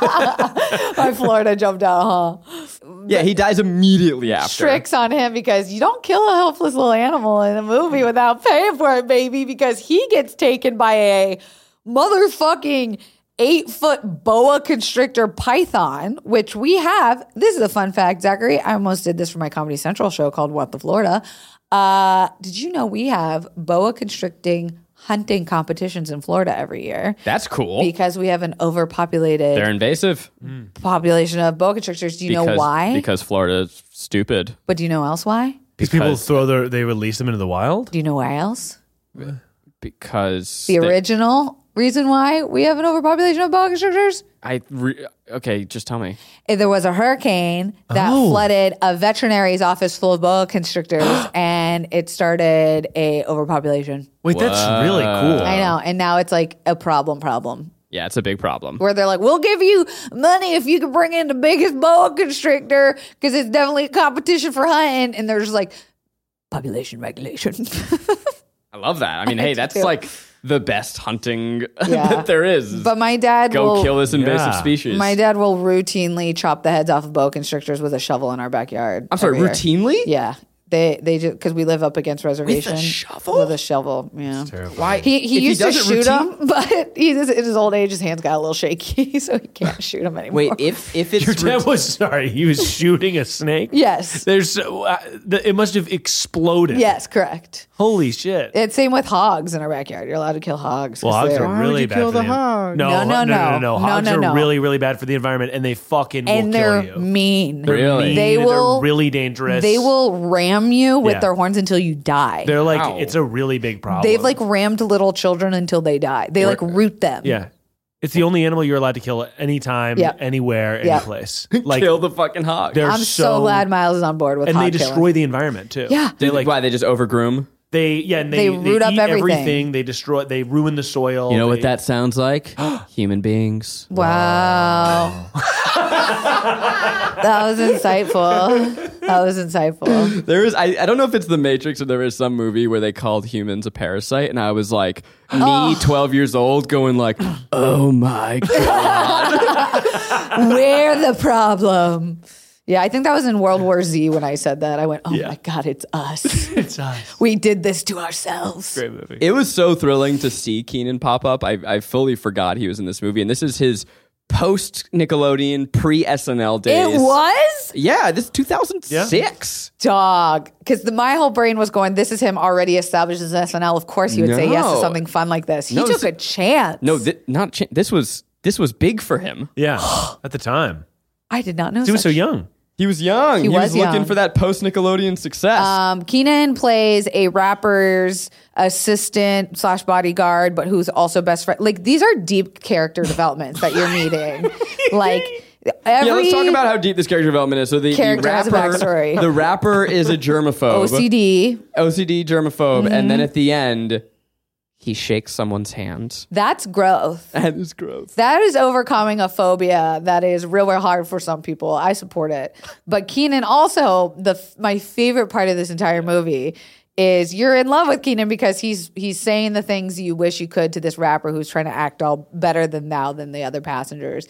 S3: My Florida jumped out, huh?
S2: yeah, he dies immediately after.
S3: tricks on him because you don't kill a helpless little animal in a movie without paying for it, baby, because he gets taken by a motherfucking eight foot boa constrictor python, which we have. This is a fun fact, Zachary. I almost did this for my Comedy Central show called What the Florida. Uh, did you know we have boa constricting hunting competitions in Florida every year?
S2: That's cool.
S3: Because we have an overpopulated
S2: They're invasive.
S3: population of boa constrictors. Do you know why?
S2: Because Florida's stupid.
S3: but do you know else why?
S5: Because people throw their, they release them into the wild.
S3: Do you know why else?
S2: Because
S3: The
S2: they-
S3: original reason why we have an overpopulation of boa constrictors?
S2: I re- okay, just tell me.
S3: Eh, There was a hurricane that
S5: Oh.
S3: flooded a veterinary's office full of boa constrictors,
S2: (gasps)
S3: and it started a overpopulation.
S5: Wait, that's really cool.
S3: I know, and now it's like a problem. Problem
S2: Yeah, it's a big problem.
S3: where they're like, "We'll give you money if you can bring in the biggest boa constrictor," because it's definitely a competition for hunting. And they're just like, population regulation. (laughs)
S2: I love that. I mean, hey, that's
S3: too.
S2: like the best hunting (laughs)
S3: Yeah.
S2: that there is. is
S3: but my dad
S2: go
S3: will
S2: kill this invasive
S5: Yeah.
S2: species.
S3: My dad will routinely chop the heads off of boa constrictors with a shovel in our backyard.
S2: I'm sorry,
S3: every year.
S2: routinely?
S3: Yeah. They they just because we live up against reservation
S2: shovel?
S3: with a shovel. Yeah.
S2: Why?
S3: He, he
S2: if
S3: used to
S2: does it
S3: shoot
S2: routine-
S3: him, but (laughs) he's, in his old age, his hands got a little shaky, (laughs) so he can't shoot him anymore.
S2: Wait, if if it's
S5: Your dad
S2: routine-
S5: was sorry. He was shooting a snake.
S3: (laughs) yes,
S5: There's so- uh, the, it must have exploded.
S3: yes, correct.
S5: Holy shit.
S3: It's same with hogs in our backyard. You're allowed to kill hogs. 'cause
S5: well, hogs
S3: they're-
S5: are really
S4: you
S5: bad
S4: kill
S5: for
S4: the
S5: the, en-
S4: hog?
S5: No,
S3: No, no,
S5: no, no,
S3: no.
S5: Hogs
S3: No, no,
S5: are
S3: no.
S5: really, really bad for the environment, and they fucking
S3: and
S5: will
S3: they're
S5: kill you.
S3: mean.
S5: They're
S2: Really?
S5: mean,
S3: They
S5: and
S3: will-
S5: They're really dangerous.
S3: They will ram you with
S5: Yeah.
S3: their horns until you die.
S5: They're like
S2: Ow.
S5: it's a really big problem.
S3: They've like rammed little children until they die. They like root them.
S5: yeah. It's the only animal you're allowed to kill at any time,
S3: Yep.
S5: anywhere, any
S3: Yep.
S5: place. (laughs) Like
S2: kill the fucking hog.
S5: they're
S3: I'm so, glad Miles is on board with
S5: and
S3: hog
S5: they destroy
S3: killing.
S5: the environment too.
S3: Yeah.
S5: they like
S2: why they just overgroom.
S5: they yeah, and
S3: They
S5: they,
S3: root up
S5: eat
S3: everything.
S5: They destroy. They ruin the soil.
S2: You know
S5: They-
S2: what that sounds like? (gasps) Human beings.
S3: Wow. that was insightful. That was insightful.
S2: There is I, I don't know if it's The Matrix or there is some movie where they called humans a parasite, and I was
S3: (gasps)
S2: like, me, twelve years old, going (gasps) like, oh (laughs) my god,
S3: We're the problem. Yeah, I think that was in World War Z when I said that. I went, oh my God, it's us.
S5: (laughs) It's us.
S3: we did this to ourselves.
S5: Great movie.
S2: it was so thrilling to see Keenan pop up. I I fully forgot he was in this movie, and this is his post Nickelodeon, pre SNL days.
S3: It was?
S2: Yeah, this 2006.
S3: Dog. Because my whole brain was going, this is him already established as SNL. Of course he would say yes to
S2: No.
S3: something fun like this. He
S2: No,
S3: took
S2: so-
S3: a chance.
S2: No, thi- not ch- this was this was big for him.
S3: (gasps)
S5: yeah, at the time,
S3: I did not know
S5: he was so
S3: such-
S5: young.
S2: He was young. He,
S3: was
S2: was,
S3: young.
S2: looking for that post Nickelodeon success.
S3: Um, Keenan plays a rapper's assistant slash bodyguard, but who's also best friend. Like these are deep character developments
S2: (laughs)
S3: that you're meeting. like every
S2: yeah, let's talk about how deep this character development is. So the, the
S3: Character has a
S2: rapper,
S3: backstory.
S2: the rapper is a germaphobe,
S3: OCD.
S2: OCD germaphobe, and
S3: Mm-hmm.
S2: then at the end, he shakes someone's hand.
S3: That's growth.
S2: That is gross.
S3: That is overcoming a phobia that is real, real hard for some people. I support it. But Keenan also the f- my favorite part of this entire movie is you're in love with Keenan because he's he's saying the things you wish you could to this rapper who's trying to act all better than thou than the other passengers.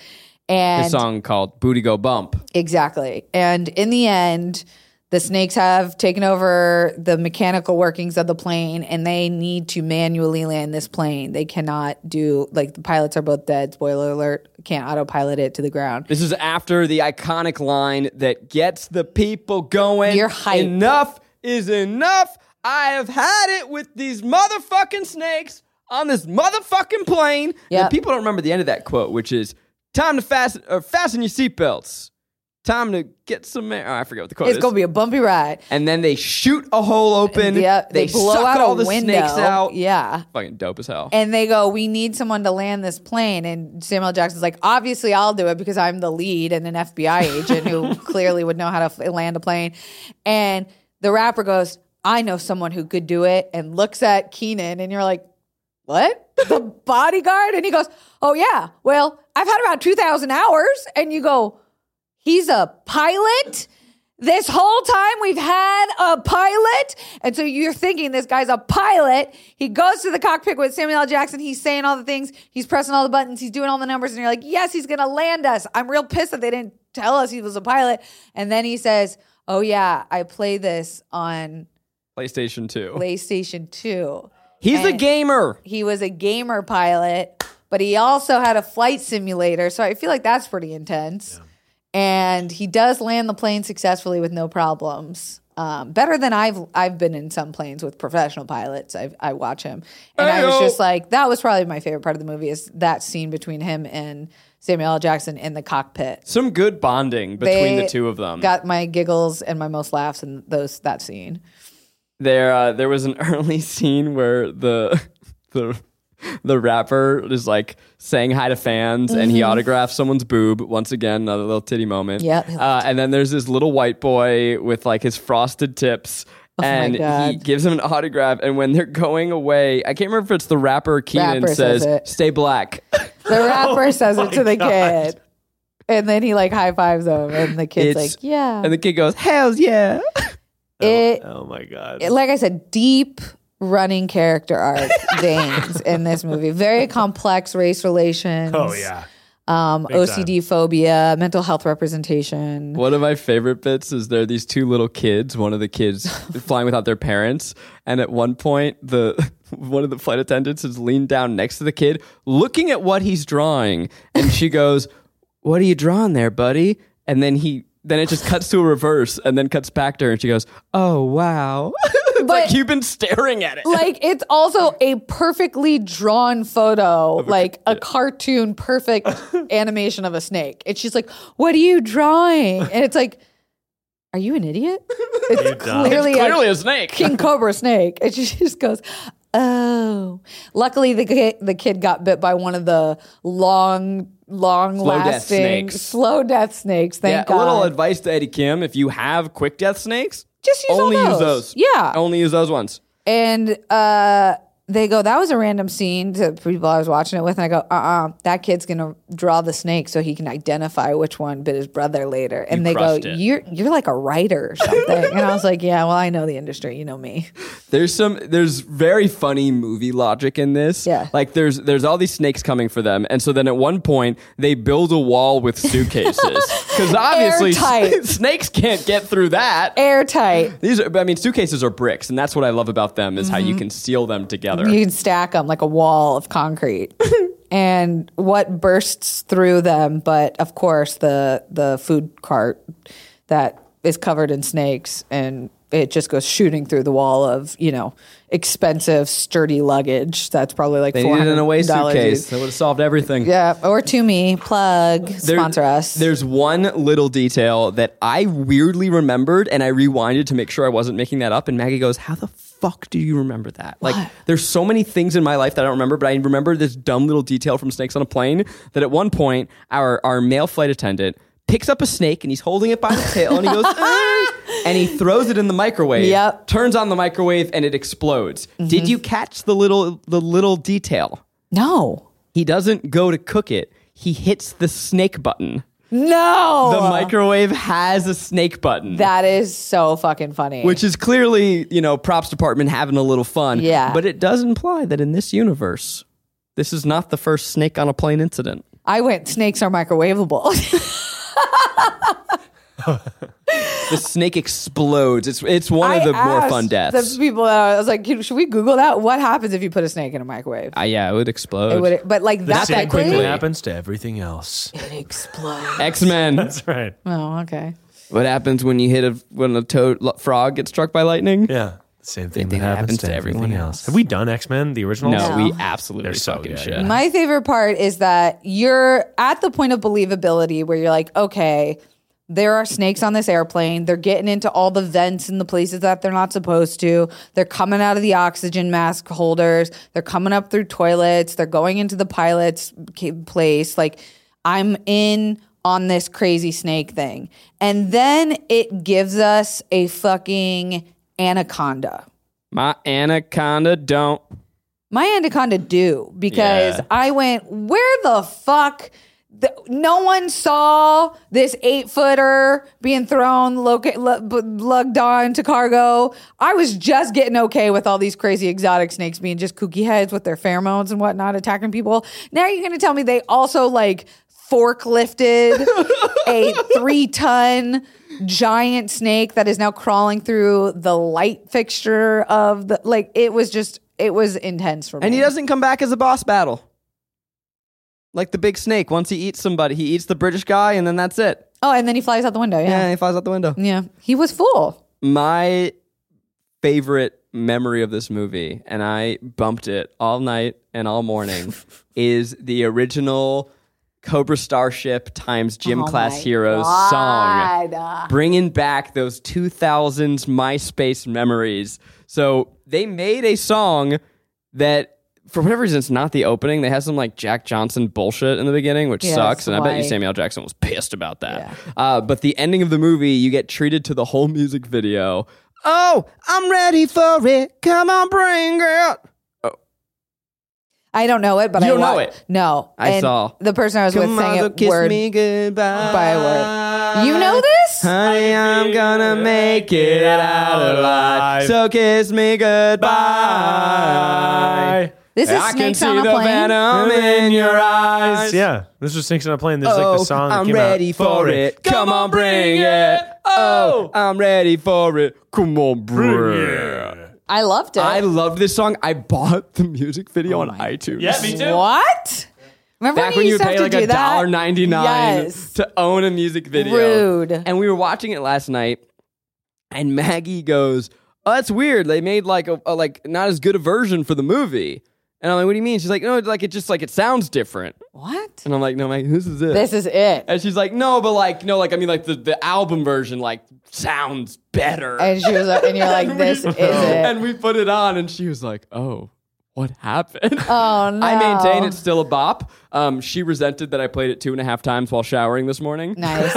S3: And
S2: A song called "Booty Go Bump."
S3: Exactly. And in the end, the snakes have taken over the mechanical workings of the plane and they need to manually land this plane. They cannot do, like, the pilots are both dead. Spoiler alert, can't autopilot it to the ground.
S2: This is after the iconic line that gets the people going.
S3: You're hyped.
S2: Enough is enough. I have had it with these motherfucking snakes on this motherfucking plane.
S3: Yep.
S2: And people don't remember the end of that quote, which is time to fasten or fasten your seatbelts. Time to get some air. Oh, I forget what the quote
S3: It's
S2: is.
S3: going to be a bumpy ride.
S2: and then they shoot a hole open.
S3: Yeah, they, blow
S2: suck
S3: out
S2: all
S3: a
S2: the
S3: window.
S2: snakes out.
S3: Yeah.
S2: Fucking dope as hell.
S3: And they go, We need someone to land this plane. And Samuel Jackson's like, Obviously, I'll do it because I'm the lead and an FBI agent who clearly would know how to f- land a plane. And the rapper goes, I know someone who could do it, and looks at Keenan, and you're like, What? The bodyguard? And he goes, Oh, yeah. Well, I've had about 2,000 hours. And you go, He's a pilot? This whole time we've had a pilot. And so you're thinking this guy's a pilot. He goes to the cockpit with Samuel L. Jackson. He's saying all the things. He's pressing all the buttons. He's doing all the numbers. And you're like, yes, he's going to land us. I'm real pissed that they didn't tell us he was a pilot. And then he says, oh, yeah, I play this on
S2: PlayStation 2.
S3: PlayStation 2.
S2: He's a
S3: and-
S2: gamer.
S3: He was a gamer pilot, but he also had a flight simulator. So I feel like that's pretty intense. And he does land the plane successfully with no problems. Um, better than I've I've been in some planes with professional pilots. I I watch him, and I was
S2: Ayo.
S3: just like, that was probably my favorite part of the movie is that scene between him and Samuel L. Jackson in the cockpit.
S2: Some good bonding between
S3: They
S2: the two of them.
S3: Got my giggles and my most laughs in those that scene.
S2: there uh, there was an (laughs) early scene where the (laughs) the the rapper is like saying hi to fans and he autographs someone's boob once again another little titty moment
S3: Mm-hmm. Yep.
S2: uh, and then there's this little white boy with like his frosted tips and he
S3: Oh God.
S2: gives him an autograph and when they're going away i can't remember if it's the rapper or keenan
S3: Rapper says
S2: says,
S3: it.
S2: stay black
S5: (laughs)
S3: The
S5: Oh
S3: rapper says it to the kid. And then he like high fives him, and the kid's
S2: It's-
S3: like, "Yeah."
S2: and the kid goes hells yeah
S3: it,
S5: Oh my god.
S3: it- like I said, deep running
S5: (laughs)
S3: character arc veins in this movie. Very complex race relations.
S5: oh yeah.
S3: um,
S5: time.
S3: OCD phobia, mental health representation.
S2: One of my favorite bits is there are these two little kids. One of the
S3: (laughs)
S2: kids flying without their parents, and at one point, the (laughs) one of the flight attendants is leaned down next to the kid, looking at what he's drawing, and
S3: (laughs)
S2: she goes, "What are you drawing there, buddy?" And then he, then it just cuts to a reverse, and then cuts back to her, and she goes, "Oh wow." (laughs) It's like
S3: But-
S2: you've been staring at it.
S3: like it's also a perfectly drawn photo, like a cartoon
S2: (laughs)
S3: perfect animation of a snake. And she's like, "What are you drawing?" And it's like, "Are you an
S2: (laughs)
S3: idiot?" It's
S5: dumb.
S3: clearly,
S2: Clearly
S3: a
S2: a snake.
S3: king cobra snake. And she (laughs) just goes, "Oh." Luckily, the kid, the kid got bit by one of the long, long lasting
S2: death snakes.
S3: slow death snakes. Thank
S2: Yeah,
S3: God.
S2: a little advice to Eddie Kim: if you have quick death snakes,
S3: Just use all
S2: only use
S3: those.
S2: those.
S3: Yeah.
S2: only use those ones.
S3: And uh, they go, that was a random scene to people I was watching it with. And I go, uh uh that kid's going to draw the snake so he can identify which one bit his brother later. And they go,
S2: crushed it.
S3: you're you're like a writer or something. and I was like, yeah, well, I know the industry. You know me.
S2: There's some there's very funny movie logic in this.
S3: Yeah.
S2: Like there's there's all these snakes coming for them. And so then at one point they build a wall with suitcases.
S3: (laughs)
S2: Because obviously (laughs)
S3: Airtight.
S2: snakes can't get through that.
S3: Airtight.
S2: These are I mean suitcases are bricks, and that's what I love about them is how you can seal them together.
S3: Mm-hmm. You can stack them like a wall of concrete. (laughs) and what bursts through them, but of course the the food cart that is covered in snakes and it just goes shooting through the wall of, you know, expensive, sturdy luggage. That's probably like
S2: They
S3: four
S2: need it
S3: hundred
S2: in a way
S3: dollars.
S2: suitcase. That would have solved everything.
S3: Yeah, or to me, plug
S2: There-
S3: sponsor us.
S2: There's one little detail that I weirdly remembered and I rewinded to make sure I wasn't making that up. And Maggie goes, How the fuck do you remember that? Like, there's so many things in my life that I don't remember, but I remember this dumb little detail from Snakes on a Plane that at one point, our, our male flight attendant picks up a snake and he's holding it by the tail and he
S3: (laughs)
S2: goes, "Ah," and he throws it in the microwave.
S3: Yep. Mm-hmm.
S2: Turns on the microwave and it explodes. Did you catch the little the little detail?
S3: no.
S2: He doesn't go to cook it. He hits the snake button.
S3: No.
S2: The microwave has a snake button.
S3: that is so fucking funny.
S2: which is clearly, you know, props department having a little fun.
S3: Yeah.
S2: But it does imply that in this universe, this is not the first snake on a plane incident.
S3: I went snakes are microwavable. (laughs)
S2: The snake explodes. It's it's one of the more
S3: asked
S2: fun deaths.
S3: The people, uh, I was like, "Can- should we Google that? What happens if you put a snake in a microwave?
S2: Ah, yeah, it would explode.
S3: It would- but like that
S5: Same
S3: quickly,
S5: thing
S2: quickly.
S5: happens to everything else.
S3: it explodes.
S2: X Men.
S5: (laughs)
S3: (laughs)
S5: That's right.
S3: oh, okay.
S2: what happens when you hit a when a toad lo- frog gets struck by lightning?
S5: Yeah. Same thing,
S2: thing
S5: that happens, to everyone else. Have we done X Men, the original?
S2: No,
S3: No.
S2: we absolutely
S5: They're so
S2: fucking
S5: good.
S2: shit.
S3: My favorite part is that you're at the point of believability where you're like, okay, there are snakes on this airplane. They're getting into all the vents and the places that they're not supposed to. They're coming out of the oxygen mask holders. They're coming up through toilets. They're going into the pilot's ca- place. Like, I'm in on this crazy snake thing. And then it gives us a fucking anaconda.
S2: My anaconda don't.
S3: My anaconda do because
S2: Yeah.
S3: I went, where the fuck? The, no one saw this eight footer being thrown, loca- lu- bu- lugged on to cargo. I was just getting okay with all these crazy exotic snakes being just kooky heads with their pheromones and whatnot attacking people. Now you're going to tell me they also like forklifted
S2: (laughs)
S3: a three ton giant snake that is now crawling through the light fixture of the like it was just it was intense for me
S2: And he doesn't come back as a boss battle. Like the big snake, once he eats somebody, he eats the British guy and then that's it.
S3: oh and then he flies out the window
S2: Yeah,
S3: yeah
S2: he flies out the window.
S3: yeah, he was full
S2: My favorite memory of this movie, and I bumped it all night and all (laughs) morning, is the original Cobra Starship times
S3: Oh
S2: Gym Class Heroes song. bringing back those 2000s MySpace memories. So they made a song that, for whatever reason, it's not the opening. They had some like Jack Johnson bullshit in the beginning, which
S3: Yeah,
S2: sucks.
S3: that's
S2: And I bet you
S3: why-
S2: Samuel Jackson was pissed about that. Uh, but the ending of the movie, you get treated to the whole music video. Oh, I'm ready for it. Come on, bring it.
S3: i don't know it but
S2: You
S3: i
S2: don't know
S3: wa-
S2: it.
S3: no
S2: I
S3: And
S2: saw.
S3: the person i was
S2: Come
S3: with sang
S2: on, go
S3: it
S2: kiss
S3: word
S2: me goodbye.
S3: by word. You know this?
S2: Honey, I'm gonna make it out alive. So kiss me goodbye.
S3: This is
S2: I can
S3: snakes
S2: see
S3: on a
S2: the
S3: plane.
S2: venom in your eyes.
S5: Yeah, this was Snakes on a Plane. This is
S2: oh,
S5: like the song. that
S2: I'm
S5: came out.
S2: ready for it. Come on, bring it. Oh, I'm ready for it. Come on, bring it.
S3: I loved it.
S2: I loved this song. I bought the music video on iTunes.
S5: Yeah, me too.
S3: what? Remember
S2: Back when
S3: when you
S2: you
S3: used to
S2: pay
S3: have
S2: like
S3: to do
S2: a
S3: that?
S2: dollar ninety nine
S3: Yes.
S2: to own a music video.
S3: Rude.
S2: And we were watching it last night, and Maggie goes, "Oh, that's weird. They made like a, a like not as good a version for the movie." And I'm like, "What do you mean?" She's like, "No, like it just like it sounds different."
S3: What?
S2: And I'm like, "No, Maggie, this is it."
S3: This is it.
S2: and she's like, "No, but like no, like I mean, like the the album version like sounds better."
S3: And she was like, and you're like, this is
S2: (laughs)
S3: it.
S2: and we put it on, and she was like, "Oh, what happened?"
S3: (laughs) Oh
S2: (laughs)
S3: no.
S2: I maintain it's still a bop. Um, she resented that I played it two and a half times while showering this morning. (laughs)
S3: Nice.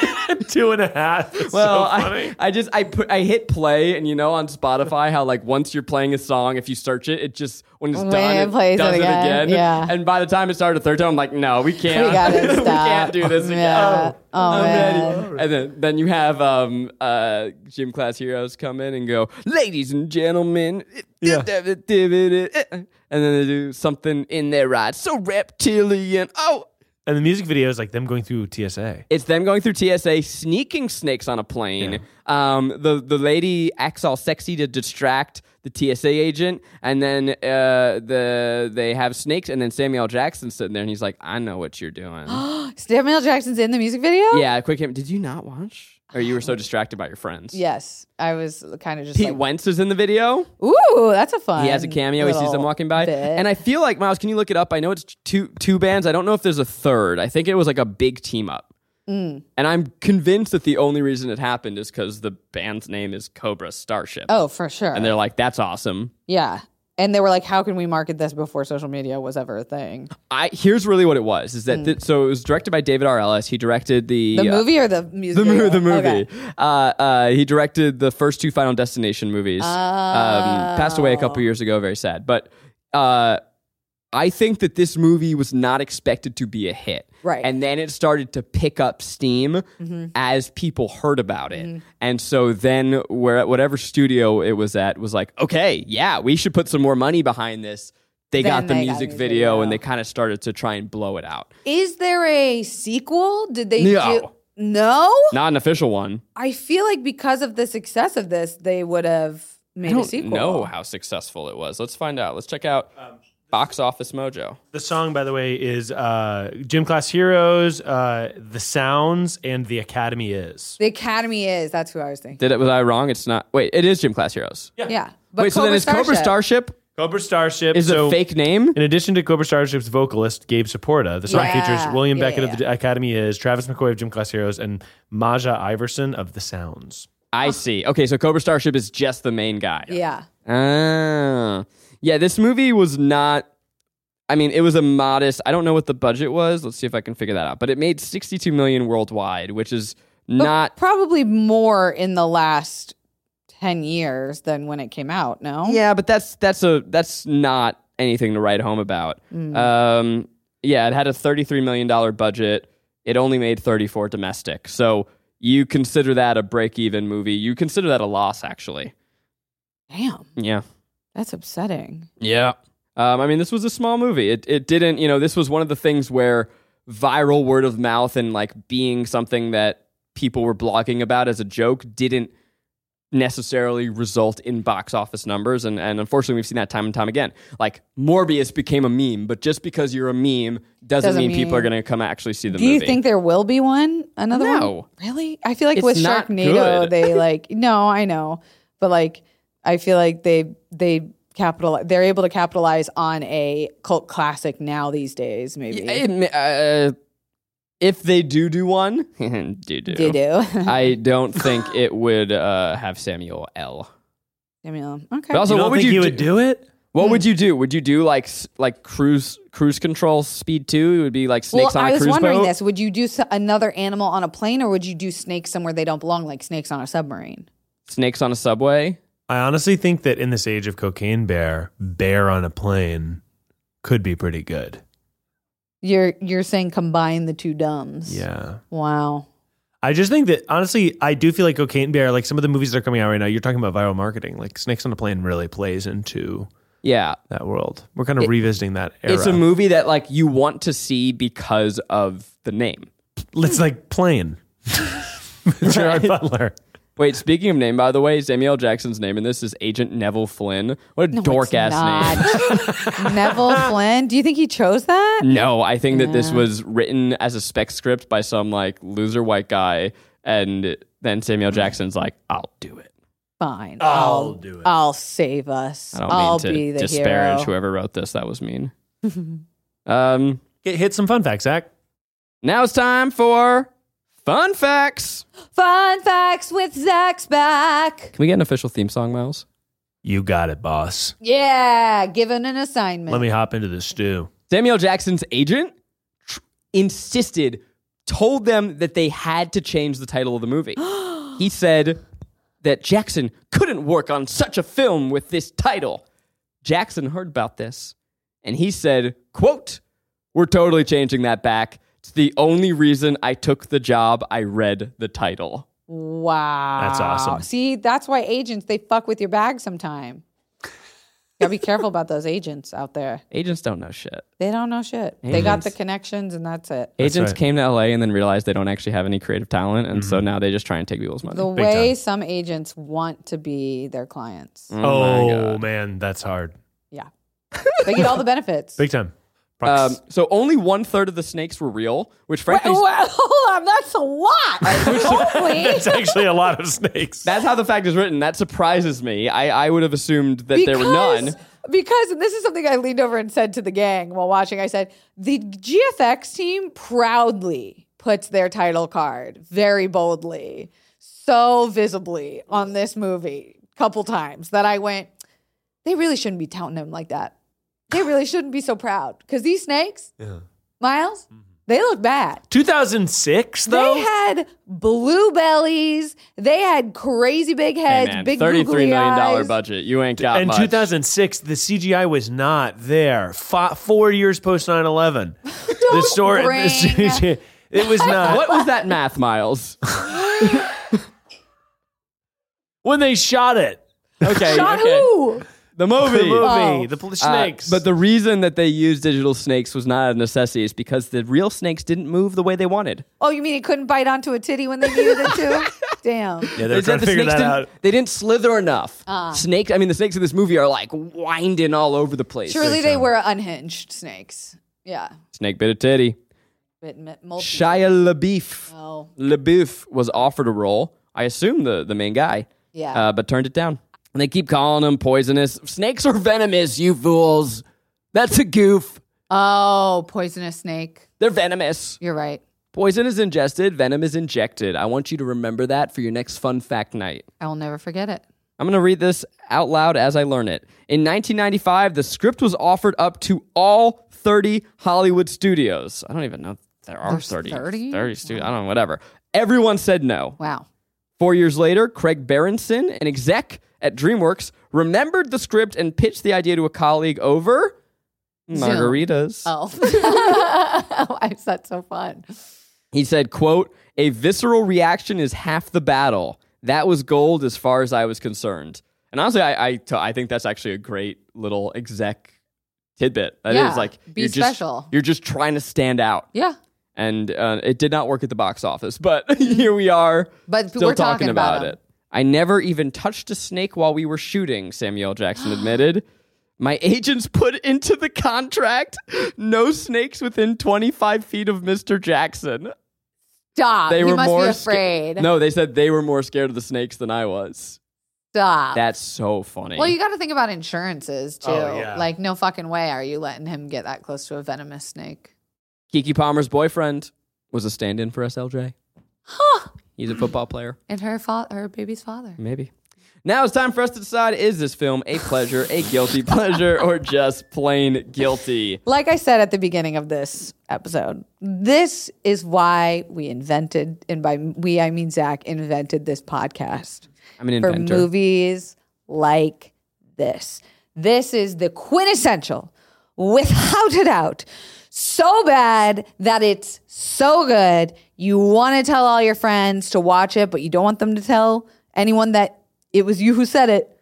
S5: (laughs) Two and a half. It's
S2: Well,
S5: so funny.
S2: I, I just I put I hit play and you know on Spotify how like once you're playing a song if you search it it just when it's
S3: When
S2: done
S3: it
S2: it,
S3: plays it
S2: does it
S3: again,
S2: again,
S3: yeah.
S2: and by the time it started a third time I'm like no we can't
S3: We gotta
S2: (laughs) we
S3: stop.
S2: can't do this again
S3: (laughs) Yeah. Oh,
S2: I'm
S3: man.
S2: ready and then then you have um uh gym class heroes come in and go ladies and gentlemen
S5: Yeah.
S2: (laughs) and then they do something in their ride so reptilian oh
S5: and the music video is like them going through TSA.
S2: it's them going through TSA, sneaking snakes on a plane. Um, the the lady acts all sexy to distract the TSA agent, and then uh, the they have snakes, and then Samuel Jackson's sitting there, and he's like, "I know what you're
S3: (gasps)
S2: doing."
S3: Samuel Jackson's in the music video?
S2: yeah, quick hit. Did you not watch? Or you were so distracted by your friends?
S3: Yes. I was kind of just
S2: Pete
S3: like,
S2: Wentz is in the video.
S3: ooh, that's a fun.
S2: He has a cameo. He sees
S3: little
S2: them walking by,
S3: bit.
S2: and I feel like Miles. Can you look it up? I know it's two two bands. I don't know if there's a third. I think it was like a big team up,
S3: Mm.
S2: and I'm convinced that the only reason it happened is because the band's name is Cobra Starship,
S3: oh, for sure.
S2: and they're like, "That's awesome."
S3: yeah. And they were like, how can we market this before social media was ever a thing?
S2: I here's really what it was is that thi- so it was directed by David R. Ellis. He directed the
S3: Mm. The
S2: uh,
S3: movie or the music?
S2: the, mo-
S3: video?
S2: the movie.
S3: Okay.
S2: Uh, uh, he directed the first two Final Destination movies. Um, passed away a
S3: Oh.
S2: couple years ago. Very sad. But uh, I think that this movie was not expected to be a hit.
S3: Right. Mm-hmm.
S2: And then it started to pick up steam as people heard about it. And so then where whatever studio it was at was like, okay, yeah, we should put some more money behind this. They
S3: Then
S2: got the
S3: they got
S2: music
S3: music
S2: video, and
S3: video.
S2: they kind of started to try and blow it out.
S3: Is there a sequel? Did they
S2: No.
S3: do? No?
S2: Not an official one.
S3: I feel like because of the success of this, they would have made a sequel.
S2: know how successful it was. Let's find out. Let's check out Box Office Mojo.
S5: The song, by the way, is uh, Gym Class Heroes, uh, The Sounds, and The Academy Is.
S3: The Academy is. That's who I was thinking.
S2: Did it? Was I wrong? It's not. Wait, it is Gym Class Heroes.
S3: Yeah.
S2: Wait, so then is Cobra Starship
S5: Cobra Starship
S2: is
S5: so
S2: a fake name?
S5: In addition to Cobra Starship's vocalist Gabe Saporta, the song
S3: Yeah.
S5: features William
S3: Yeah,
S5: Beckett
S3: yeah,
S5: of the Academy Is, Travis McCoy of Gym Class Heroes, and Maja Iverson of The Sounds.
S2: I see. Okay, so Cobra Starship is just the main guy.
S3: Yeah.
S2: Ah. Yeah, this movie was not. I mean, it was a modest. I don't know what the budget was. Let's see if I can figure that out. But it made 62 million worldwide, which is not.
S3: Probably more in the last 10 years than when it came out, no?
S2: Yeah, but that's that's a that's not anything to write home about. Um, yeah, it had a thirty-three million dollar budget. It only made thirty-four domestic. So you consider that a break-even movie? You consider that a loss, actually?
S3: Damn.
S2: Yeah.
S3: That's upsetting.
S2: Yeah. Um, I mean, this was a small movie. It it didn't. You know, this was one of the things where viral word of mouth and like being something that people were blogging about as a joke didn't necessarily result in box office numbers and, and unfortunately we've seen that time and time again like morbius became a meme but just because you're a meme doesn't,
S3: Doesn't
S2: mean,
S3: mean-
S2: people are going to come actually see the
S3: Do
S2: movie
S3: you think there will be one? Another one?
S2: No.
S3: Really? I feel like
S2: It's
S3: with
S2: not
S3: Sharknado,
S2: good. (laughs)
S3: they like, no, I know. But like, I feel like they, they, Capital, they're able to capitalize on a cult classic now these days. Maybe
S2: Yeah, it may- uh, if they do do one (laughs) do do
S3: do do. (laughs)
S2: i don't think it would uh, have samuel l
S3: Samuel. Okay.
S2: but also
S5: you
S2: what
S5: don't
S2: would
S5: think
S2: you
S5: would do it?
S2: What
S3: Hmm.
S2: would you do? Would you do like s- like cruise cruise control speed two? It would be like
S3: well,
S2: snakes on
S3: I
S2: a
S3: was
S2: cruise
S3: wondering
S2: boat.
S3: this: Would you do s- another animal on a plane, or would you do snakes somewhere they don't belong, like snakes on a submarine?
S2: Snakes on a subway.
S5: I honestly think that in this age of cocaine bear, bear on a plane could be pretty good.
S3: You're you're saying combine the two dumbs.
S5: Yeah.
S3: Wow.
S5: I just think that honestly, I do feel like Cocaine Bear, like some of the movies that are coming out right now, you're talking about viral marketing. Like Snakes on a Plane really plays into
S2: Yeah.
S5: that world. We're kind of revisiting that era.
S2: It's a movie that like you want to see because of the name.
S5: (laughs) It's
S2: (laughs)
S5: like Plane. Gerard Butler.
S2: Wait, speaking of name, by the way, Samuel L. Jackson's name in this is Agent Neville Flynn. What a dork ass name. (laughs)
S3: name. (laughs) Neville Flynn. Do you think he chose that?
S2: No, I think that this was written as a spec script by some like loser white guy, and then Samuel Jackson's like, "I'll do it."
S3: Fine. I'll, do it. I'll save us.
S2: I don't
S3: I'll
S2: mean to
S3: be the
S2: disparage
S3: hero.
S2: whoever wrote this. That was
S3: (laughs)
S2: mean. um,
S5: Get hit some fun facts, Zach.
S2: now it's time for fun facts.
S3: Fun facts with Zach's back.
S2: Can we get an official theme song, Miles?
S5: You got it, boss.
S3: Yeah, given an assignment.
S5: Let me hop into the stew.
S2: Samuel Jackson's agent tr- insisted, told them that they had to change the title of the movie. he said that Jackson couldn't work on such a film with this title. Jackson heard about this and he said, quote, we're totally changing that back. It's the only reason I took the job. I read the title.
S3: Wow.
S5: That's awesome.
S3: See, that's why agents, they fuck with your bag sometime. Gotta be careful about those agents out there.
S2: Agents don't know shit.
S3: They don't know shit. They got the connections and that's it.
S2: Agents
S5: right. Mm-hmm.
S2: came to LA and then realized they don't actually have any creative talent. And so now they just try and take people's money.
S3: The way some agents want to be their clients.
S2: Mm.
S5: Oh, man, that's hard.
S3: Yeah. They get all the benefits.
S5: Big time.
S2: Um,
S5: (laughs)
S2: so only one third of the snakes were real, which frankly,
S3: Well, (laughs) hold on, that's a lot. Hopefully.
S5: (laughs) That's actually a lot of snakes.
S2: that's how the fact is written. That surprises me. I, I would have assumed that there were none.
S3: Because, and this is something I leaned over and said to the gang while watching. I said, the GFX team proudly puts their title card very boldly, so visibly on this movie couple times that I went, they really shouldn't be touting him like that. They really shouldn't be so proud because these snakes, Miles,
S2: Mm-hmm.
S3: they look bad.
S5: 2006, though?
S3: They had blue bellies. They had crazy big
S2: Hey,
S3: heads,
S2: man,
S3: big
S2: thirty-three
S3: googly
S2: million dollar
S3: eyes.
S2: budget. You ain't got
S5: in
S2: much.
S5: 2006, the CGI was not there. Fi four years post 9 (laughs) 11. The story. (laughs)
S3: bring-
S5: it was not.
S2: what was that math,
S5: (laughs)
S2: Miles?
S5: When they shot it,
S2: Okay,
S3: Shot
S2: okay.
S3: who?
S2: The movie.
S5: the movie,
S3: Oh.
S5: the pl-
S2: Uh,
S5: snakes.
S2: but the reason that they used digital snakes was not a necessity. Is because the real snakes didn't move the way they wanted.
S3: Oh, you mean it couldn't bite onto a titty when they needed it to?
S2: (laughs)
S3: Damn.
S5: yeah, they're
S2: said
S5: trying to
S2: the
S5: figure
S2: snakes
S5: that
S2: didn't-
S5: out.
S2: They didn't slither enough. Snakes. I mean, the snakes in this movie are like winding all over the place.
S3: Surely they were unhinged snakes. Yeah.
S2: Snake bit a titty.
S3: Bit m- multi-
S2: Shia LaBeouf.
S3: Oh.
S2: LaBeouf was offered a role. I assume the the main guy.
S3: Yeah.
S2: Uh, but turned it down. And they keep calling him poisonous. Snakes are venomous, you fools. That's a goof.
S3: Oh, poisonous snake.
S2: They're venomous.
S3: You're right.
S2: Poison is ingested, venom is injected. I want you to remember that for your next fun fact night.
S3: I will never forget it.
S2: I'm going to read this out loud as I learn it. In 1995, the script was offered up to all 30 Hollywood studios. I don't even know if there are
S3: There's
S2: 30.
S3: 30?
S2: 30 studios. I don't know, whatever. Everyone said no.
S3: Wow.
S2: Four years later, Craig Berenson, an exec at DreamWorks, remembered the script and pitched the idea to a colleague over margaritas.
S3: Oh. (laughs) Why is that so fun?
S2: He said, quote, a visceral reaction is half the battle. That was gold as far as I was concerned. And honestly, I I t- I think that's actually a great little exec tidbit. That is
S3: Yeah,
S2: like
S3: be
S2: you're just-
S3: special.
S2: you're just trying to stand out.
S3: Yeah.
S2: and uh, it did not work at the box office. But (laughs) here we are,
S3: But
S2: still
S3: we're talking about them.
S2: it. I never even touched a snake while we were shooting. Samuel
S3: (gasps)
S2: Jackson admitted. My agents put into the contract no snakes within 25 feet of Mr. Jackson.
S3: Stop.
S2: They
S3: Uh, you
S2: were
S3: must
S2: more
S3: be
S2: sca-
S3: afraid.
S2: No, they said they were more scared of the snakes than I was.
S3: Stop.
S2: That's so funny.
S3: Uh, Well, you got to think about insurances too.
S5: Oh, yeah.
S3: Like, no fucking way are you letting him get that close to a venomous snake.
S2: Kiki Palmer's boyfriend was a stand-in for SLJ.
S3: Huh.
S2: He's a football player.
S3: And her fa- her baby's father.
S2: Maybe. Now it's time for us to decide is this film a pleasure, a
S3: (laughs)
S2: guilty pleasure, or just plain guilty?
S3: Like I said at the beginning of this episode, this is why we invented, and by we I mean Zach invented this podcast
S2: I'm an
S3: for
S2: inventor.
S3: movies like this. This is the quintessential, without a doubt, so bad that it's so good. You want to tell all your friends to watch it, but you don't want them to tell anyone that it was you who said it.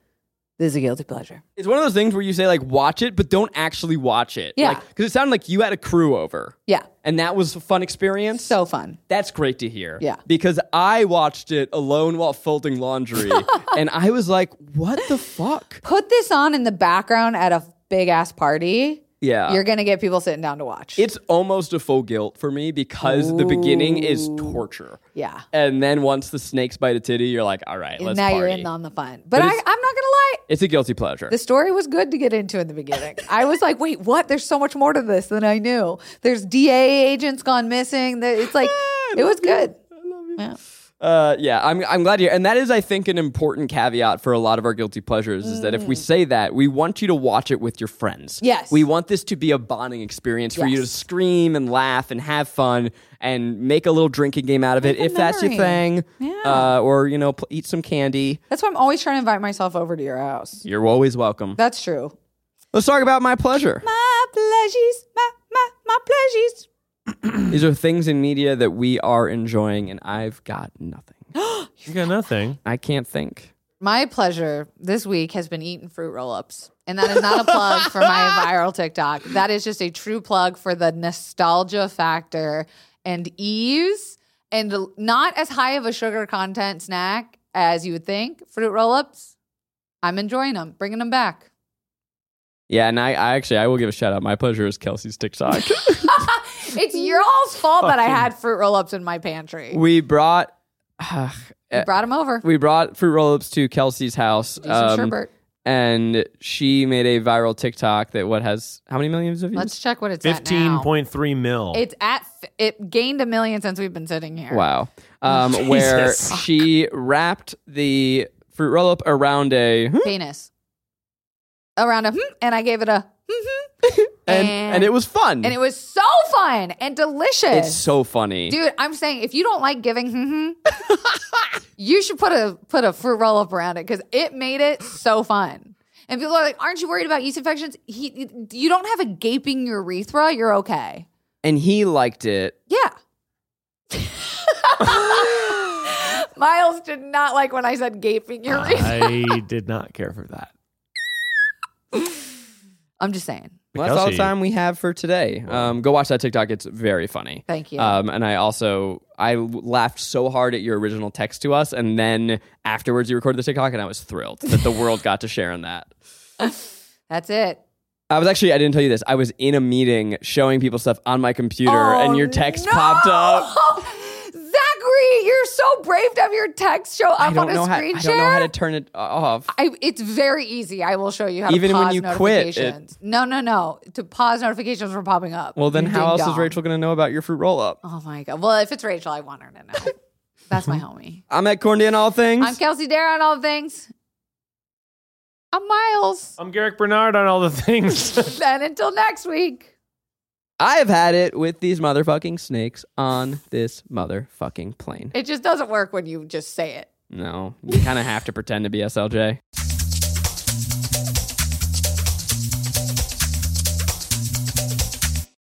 S3: This is a guilty pleasure.
S2: It's one of those things where you say like watch it, but don't actually watch it.
S3: Yeah.
S2: Because it sounded like you had a crew over.
S3: Yeah.
S2: And that was a fun experience.
S3: So fun.
S2: That's great to hear.
S3: Yeah.
S2: Because I watched it alone while folding
S3: (laughs)
S2: laundry, and I was like, "What the fuck?"
S3: Put this on in the background at a big ass party.
S2: Yeah.
S3: You're going to get people sitting down to watch.
S2: it's almost a faux guilt for me because the beginning is torture.
S3: yeah.
S2: And then once the snakes bite a titty, you're like, "All right,
S3: And
S2: let's
S3: now you're
S2: party."
S3: in on the fun. But, I, I'm
S2: it's-
S3: not going to lie.
S2: it's a guilty pleasure.
S3: The story was good to get into in the (laughs) beginning. I was like, wait, what? There's so much more to this than I knew. There's DA agents gone missing. That- It's like, it was good.
S2: Uh, yeah, I'm, I'm glad you're. And that is, I think, an important caveat for a lot of our guilty pleasures is that if we say that, we want you to watch it with your friends.
S3: Mm. Yes.
S2: We want this to be a bonding experience for you to
S3: Yes.
S2: scream and laugh and have fun and make a little drinking game out of it
S3: a
S2: if that's your
S3: memory.
S2: thing.
S3: Yeah.
S2: Uh, or, you know, pl- eat some candy.
S3: That's why I'm always trying to invite myself over to your house.
S2: You're always welcome.
S3: That's true.
S2: Let's talk about my pleasure.
S3: My pleasures, my, my, my pleasures.
S2: These are things in media that we are enjoying, and I've got nothing.
S5: You got nothing.
S2: I can't think.
S3: My pleasure this week has been eating fruit roll ups. And that is not a plug for my viral TikTok. That is just a true plug for the nostalgia factor and ease and not as high of a sugar content snack as you would think. Fruit roll ups, I'm enjoying them, bringing them back.
S2: Yeah, and I, I actually I will give a shout out. My pleasure is Kelsey's
S3: (laughs)
S2: TikTok.
S3: It's your all's fault that I had fruit roll ups in my pantry. We
S2: we brought uh,
S3: brought them over.
S2: we brought fruit roll-ups to Kelsey's house,
S3: Do some
S2: um,
S3: sherbet.
S2: and she made a viral TikTok that what has how many millions of views?
S3: Let's check what it's at now.
S5: 15.3 mil.
S3: It's at f- it gained a million since we've been sitting here.
S2: wow,
S3: Oh,
S2: um,
S3: (laughs)
S2: where
S5: Jesus.
S2: she wrapped the fruit roll-up around a hmm,
S3: Penis. Around a hmm, and I gave it a hmm,
S2: and and it was fun.
S3: and it was so fun and delicious.
S2: Hmm. it's so funny.
S3: Dude, I'm saying if you don't like giving hmm, hmm, you should put a put a fruit roll up around it because it made it so fun. And people are like, "Aren't you worried about yeast infections? He, you don't have a gaping urethra. You're okay."
S2: And he liked it.
S3: Yeah. (laughs) Miles did not like when I said gaping
S2: Ah.
S3: urethra.
S5: (laughs) I did not care for that.
S3: I'm just saying.
S2: Well, that's all the
S5: Kelsey.
S2: time we have for today. Um, go watch that TikTok. It's very funny.
S3: Thank you.
S2: Um, and I also I laughed so hard at your original text to us, and then afterwards you recorded the TikTok, and I was thrilled that the world got to share in that.
S3: That's it.
S2: I was actually I didn't tell you this. I was in a meeting showing people stuff on my computer, and your text
S3: Oh, no!
S2: popped up.
S3: (laughs) Zachary, you're so brave to have your text show
S2: (laughs)
S3: up
S2: I don't
S3: on a
S2: know how I
S3: screen
S2: don't
S3: share.
S2: know how to turn it off.
S3: I, it's very easy. I will show you how
S2: Even
S3: to
S2: when
S3: pause
S2: you quit, it-
S3: notifications. no, no, no. To pause notifications from popping up.
S2: Well, then
S3: You
S2: how else
S3: ding-dong.
S2: is Rachel going to know about your fruit roll up?
S3: Oh my god. Well, if it's Rachel, I want her
S2: (laughs)
S3: to know. That's my homie.
S2: I'm at Corndy and all things.
S3: I'm Kelsey Dare on all things. I'm
S2: Oh.
S3: Miles.
S5: I'm Garrick Bernard on all the (laughs) things.
S3: and until next week.
S2: I have had it with these motherfucking snakes on this motherfucking plane.
S3: It just doesn't work when you just say it.
S2: No, you kind of have to pretend to be SLJ.